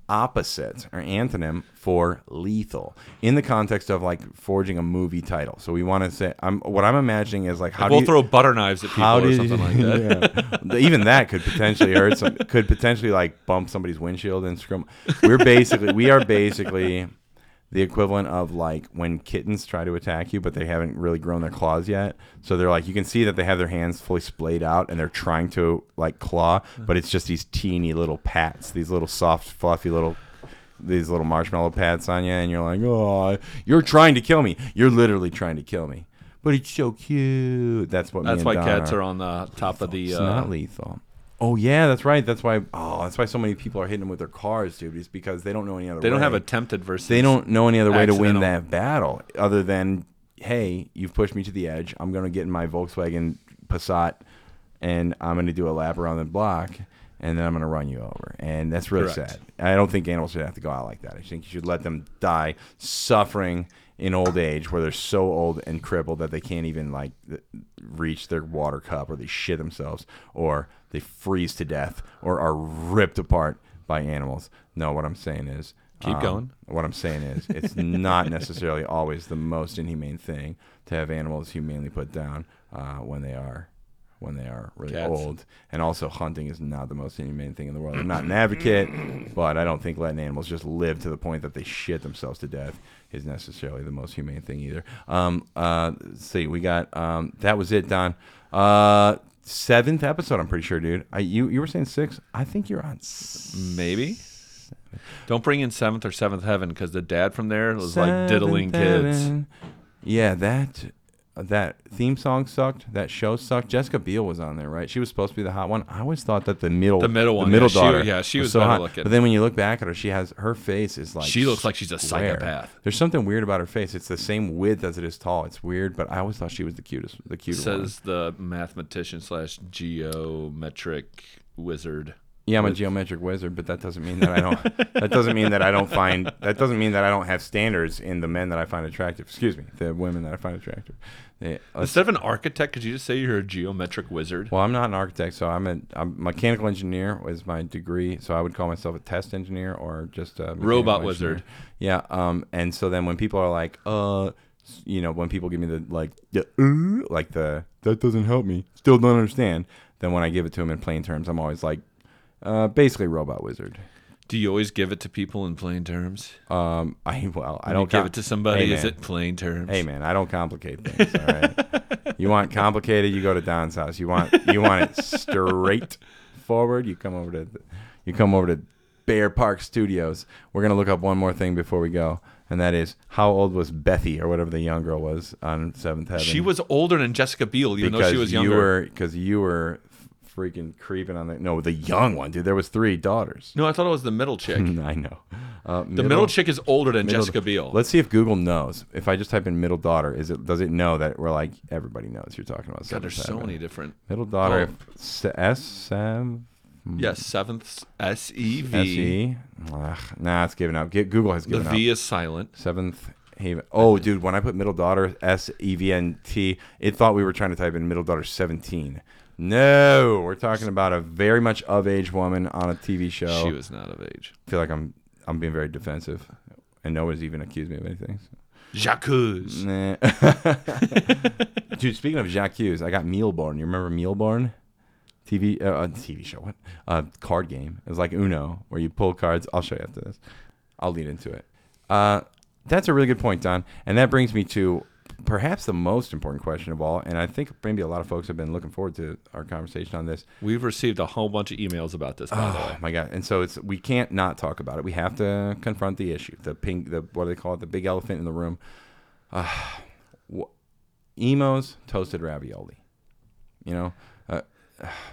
Speaker 1: opposite or antonym for lethal in the context of like forging a movie title? So we want to say I'm what I'm imagining is like how do
Speaker 2: We'll
Speaker 1: you,
Speaker 2: throw butter knives at people
Speaker 1: how
Speaker 2: or
Speaker 1: did *laughs*
Speaker 2: something like that.
Speaker 1: Yeah. even that could potentially hurt some could potentially like bump somebody's windshield and scrum we're basically we are basically the equivalent of like when kittens try to attack you but they haven't really grown their claws yet so they're like you can see that they have their hands fully splayed out and they're trying to like claw but it's just these teeny little pats these little soft fluffy little these little marshmallow pats on you and you're like oh you're trying to kill me you're literally trying to kill me but it's so cute that's what me
Speaker 2: That's
Speaker 1: and
Speaker 2: why
Speaker 1: Don
Speaker 2: cats
Speaker 1: are
Speaker 2: are on the top of the.
Speaker 1: it's
Speaker 2: Uh,
Speaker 1: not lethal. Oh yeah, that's right. That's why. Oh, that's why so many people are hitting them with their cars, dude. Is because they don't know any other.
Speaker 2: they don't
Speaker 1: way.
Speaker 2: have attempted versus.
Speaker 1: They don't know any other way to win
Speaker 2: Accidental.
Speaker 1: that battle other than, hey, you've pushed me to the edge. I'm gonna get in my Volkswagen Passat, and I'm gonna do a lap around the block, and then I'm gonna run you over. And that's really
Speaker 2: Correct.
Speaker 1: sad. I don't think animals should have to go out like that. I think you should let them die suffering in old age where they're so old and crippled that they can't even like th- reach their water cup or they shit themselves or they freeze to death or are ripped apart by animals. No, what I'm saying is um,
Speaker 2: Keep going.
Speaker 1: What I'm saying is it's not necessarily always the most inhumane thing to have animals humanely put down uh, when they are when they are really
Speaker 2: Cats.
Speaker 1: old. And also, hunting is not the most inhumane thing in the world. I'm not an advocate, but I don't think letting animals just live to the point that they shit themselves to death is necessarily the most humane thing either. Um, uh, let's see, we got um, that was it, Don. Uh, seventh episode, I'm pretty sure, dude. I, you you were saying six? I think you're on s-
Speaker 2: Maybe. Don't bring in seventh or seventh heaven because the dad from there was like
Speaker 1: seventh
Speaker 2: diddling kids.
Speaker 1: heaven. Yeah, that. That theme song sucked. That show sucked. Jessica Biel was on there, right? She was supposed to be the hot one. I always thought that the middle,
Speaker 2: The middle one,
Speaker 1: the middle
Speaker 2: yeah. She-
Speaker 1: daughter,
Speaker 2: yeah, she was
Speaker 1: so
Speaker 2: better
Speaker 1: hot.
Speaker 2: looking.
Speaker 1: But then when you look back at her, she has her face is like
Speaker 2: She looks like she's a
Speaker 1: square.
Speaker 2: psychopath.
Speaker 1: There's something weird about her face. It's the same width as it is tall. It's weird, but I always thought she was the cutest, the cutest one.
Speaker 2: Says the mathematician slash geometric wizard.
Speaker 1: Yeah, I'm a geometric wizard, but that doesn't mean that I don't. that doesn't mean that I don't
Speaker 2: *laughs*
Speaker 1: find. That doesn't mean that I don't have standards in the men that I find attractive. Excuse me, the women that I find attractive. They- uh,
Speaker 2: Instead of an architect, could you just say you're a geometric wizard?
Speaker 1: well, I'm not an architect, so I'm a I'm mechanical engineer was my degree, so I would call myself a test engineer or just a mechanical
Speaker 2: Robot
Speaker 1: engineer.
Speaker 2: wizard.
Speaker 1: Yeah. Um. And so then when people are like, uh, s- you know, when people give me the like, the, "Uh," like the that doesn't help me, still don't understand. Then when I give it to them in plain terms, I'm always like, uh, basically robot wizard.
Speaker 2: Do you always give it to people in plain terms?
Speaker 1: Um, I well, I
Speaker 2: When you
Speaker 1: don't
Speaker 2: give
Speaker 1: com-
Speaker 2: it to somebody.
Speaker 1: Hey,
Speaker 2: is
Speaker 1: man.
Speaker 2: it plain terms?
Speaker 1: Hey man, I don't complicate things. All
Speaker 2: *laughs*
Speaker 1: right, you want complicated? You go to Don's house. You want you want it straightforward? You come over to you come over to Bear Park Studios. We're gonna look up one more thing before we go, and that is how old was Bethy or whatever the young girl was on Seventh Heaven?
Speaker 2: she was older than Jessica Biel, even though
Speaker 1: because
Speaker 2: she was
Speaker 1: you
Speaker 2: younger.
Speaker 1: were because you were f- freaking creeping on the no the young one dude. There was three daughters.
Speaker 2: No, I thought it was the
Speaker 1: *laughs*
Speaker 2: middle chick. the
Speaker 1: I know. Uh,
Speaker 2: middle, chick is older than Jessica Biel.
Speaker 1: Let's see if Google knows. If I just type in middle daughter, is it does it know that we're like everybody knows you're talking about?
Speaker 2: God, there's
Speaker 1: Seventh
Speaker 2: so
Speaker 1: Heaven.
Speaker 2: many different.
Speaker 1: Middle daughter
Speaker 2: Oh.
Speaker 1: S S Sam
Speaker 2: Yes, seventh S E
Speaker 1: S
Speaker 2: V.
Speaker 1: E. Ugh, Nah, it's given up. Get, Google has
Speaker 2: The
Speaker 1: given
Speaker 2: V
Speaker 1: up.
Speaker 2: is silent.
Speaker 1: Seventh Haven. Oh, dude, when I put middle daughter S E V N T, it thought we were trying to type in middle daughter seventeen. No, we're talking about a very much of age woman on a TV show.
Speaker 2: She was not of age.
Speaker 1: I feel like I'm I'm being very defensive, and nobody's even accused me of anything. so.
Speaker 2: Jacques.
Speaker 1: Nah. *laughs* Dude, speaking of Jacques, I got Mealborn. You remember Mealborn? TV, uh, uh, TV show, what? Uh, card game. It was like Uno, where you pull cards. I'll show you after this. I'll lead into it. Uh, that's a really good point, Don. And that brings me to perhaps the most important question of all. And I think maybe a lot of folks have been looking forward to our conversation on this.
Speaker 2: We've received a whole bunch of emails about this. By the way.
Speaker 1: Oh my god! And so it's we can't not talk about it. We have to confront the issue. The pink, the what do they call it? The big elephant in the room. Uh, emos toasted ravioli. You *sighs* know, uh,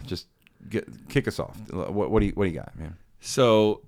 Speaker 1: just get, kick us off. What, what do you what do you got, man?
Speaker 2: So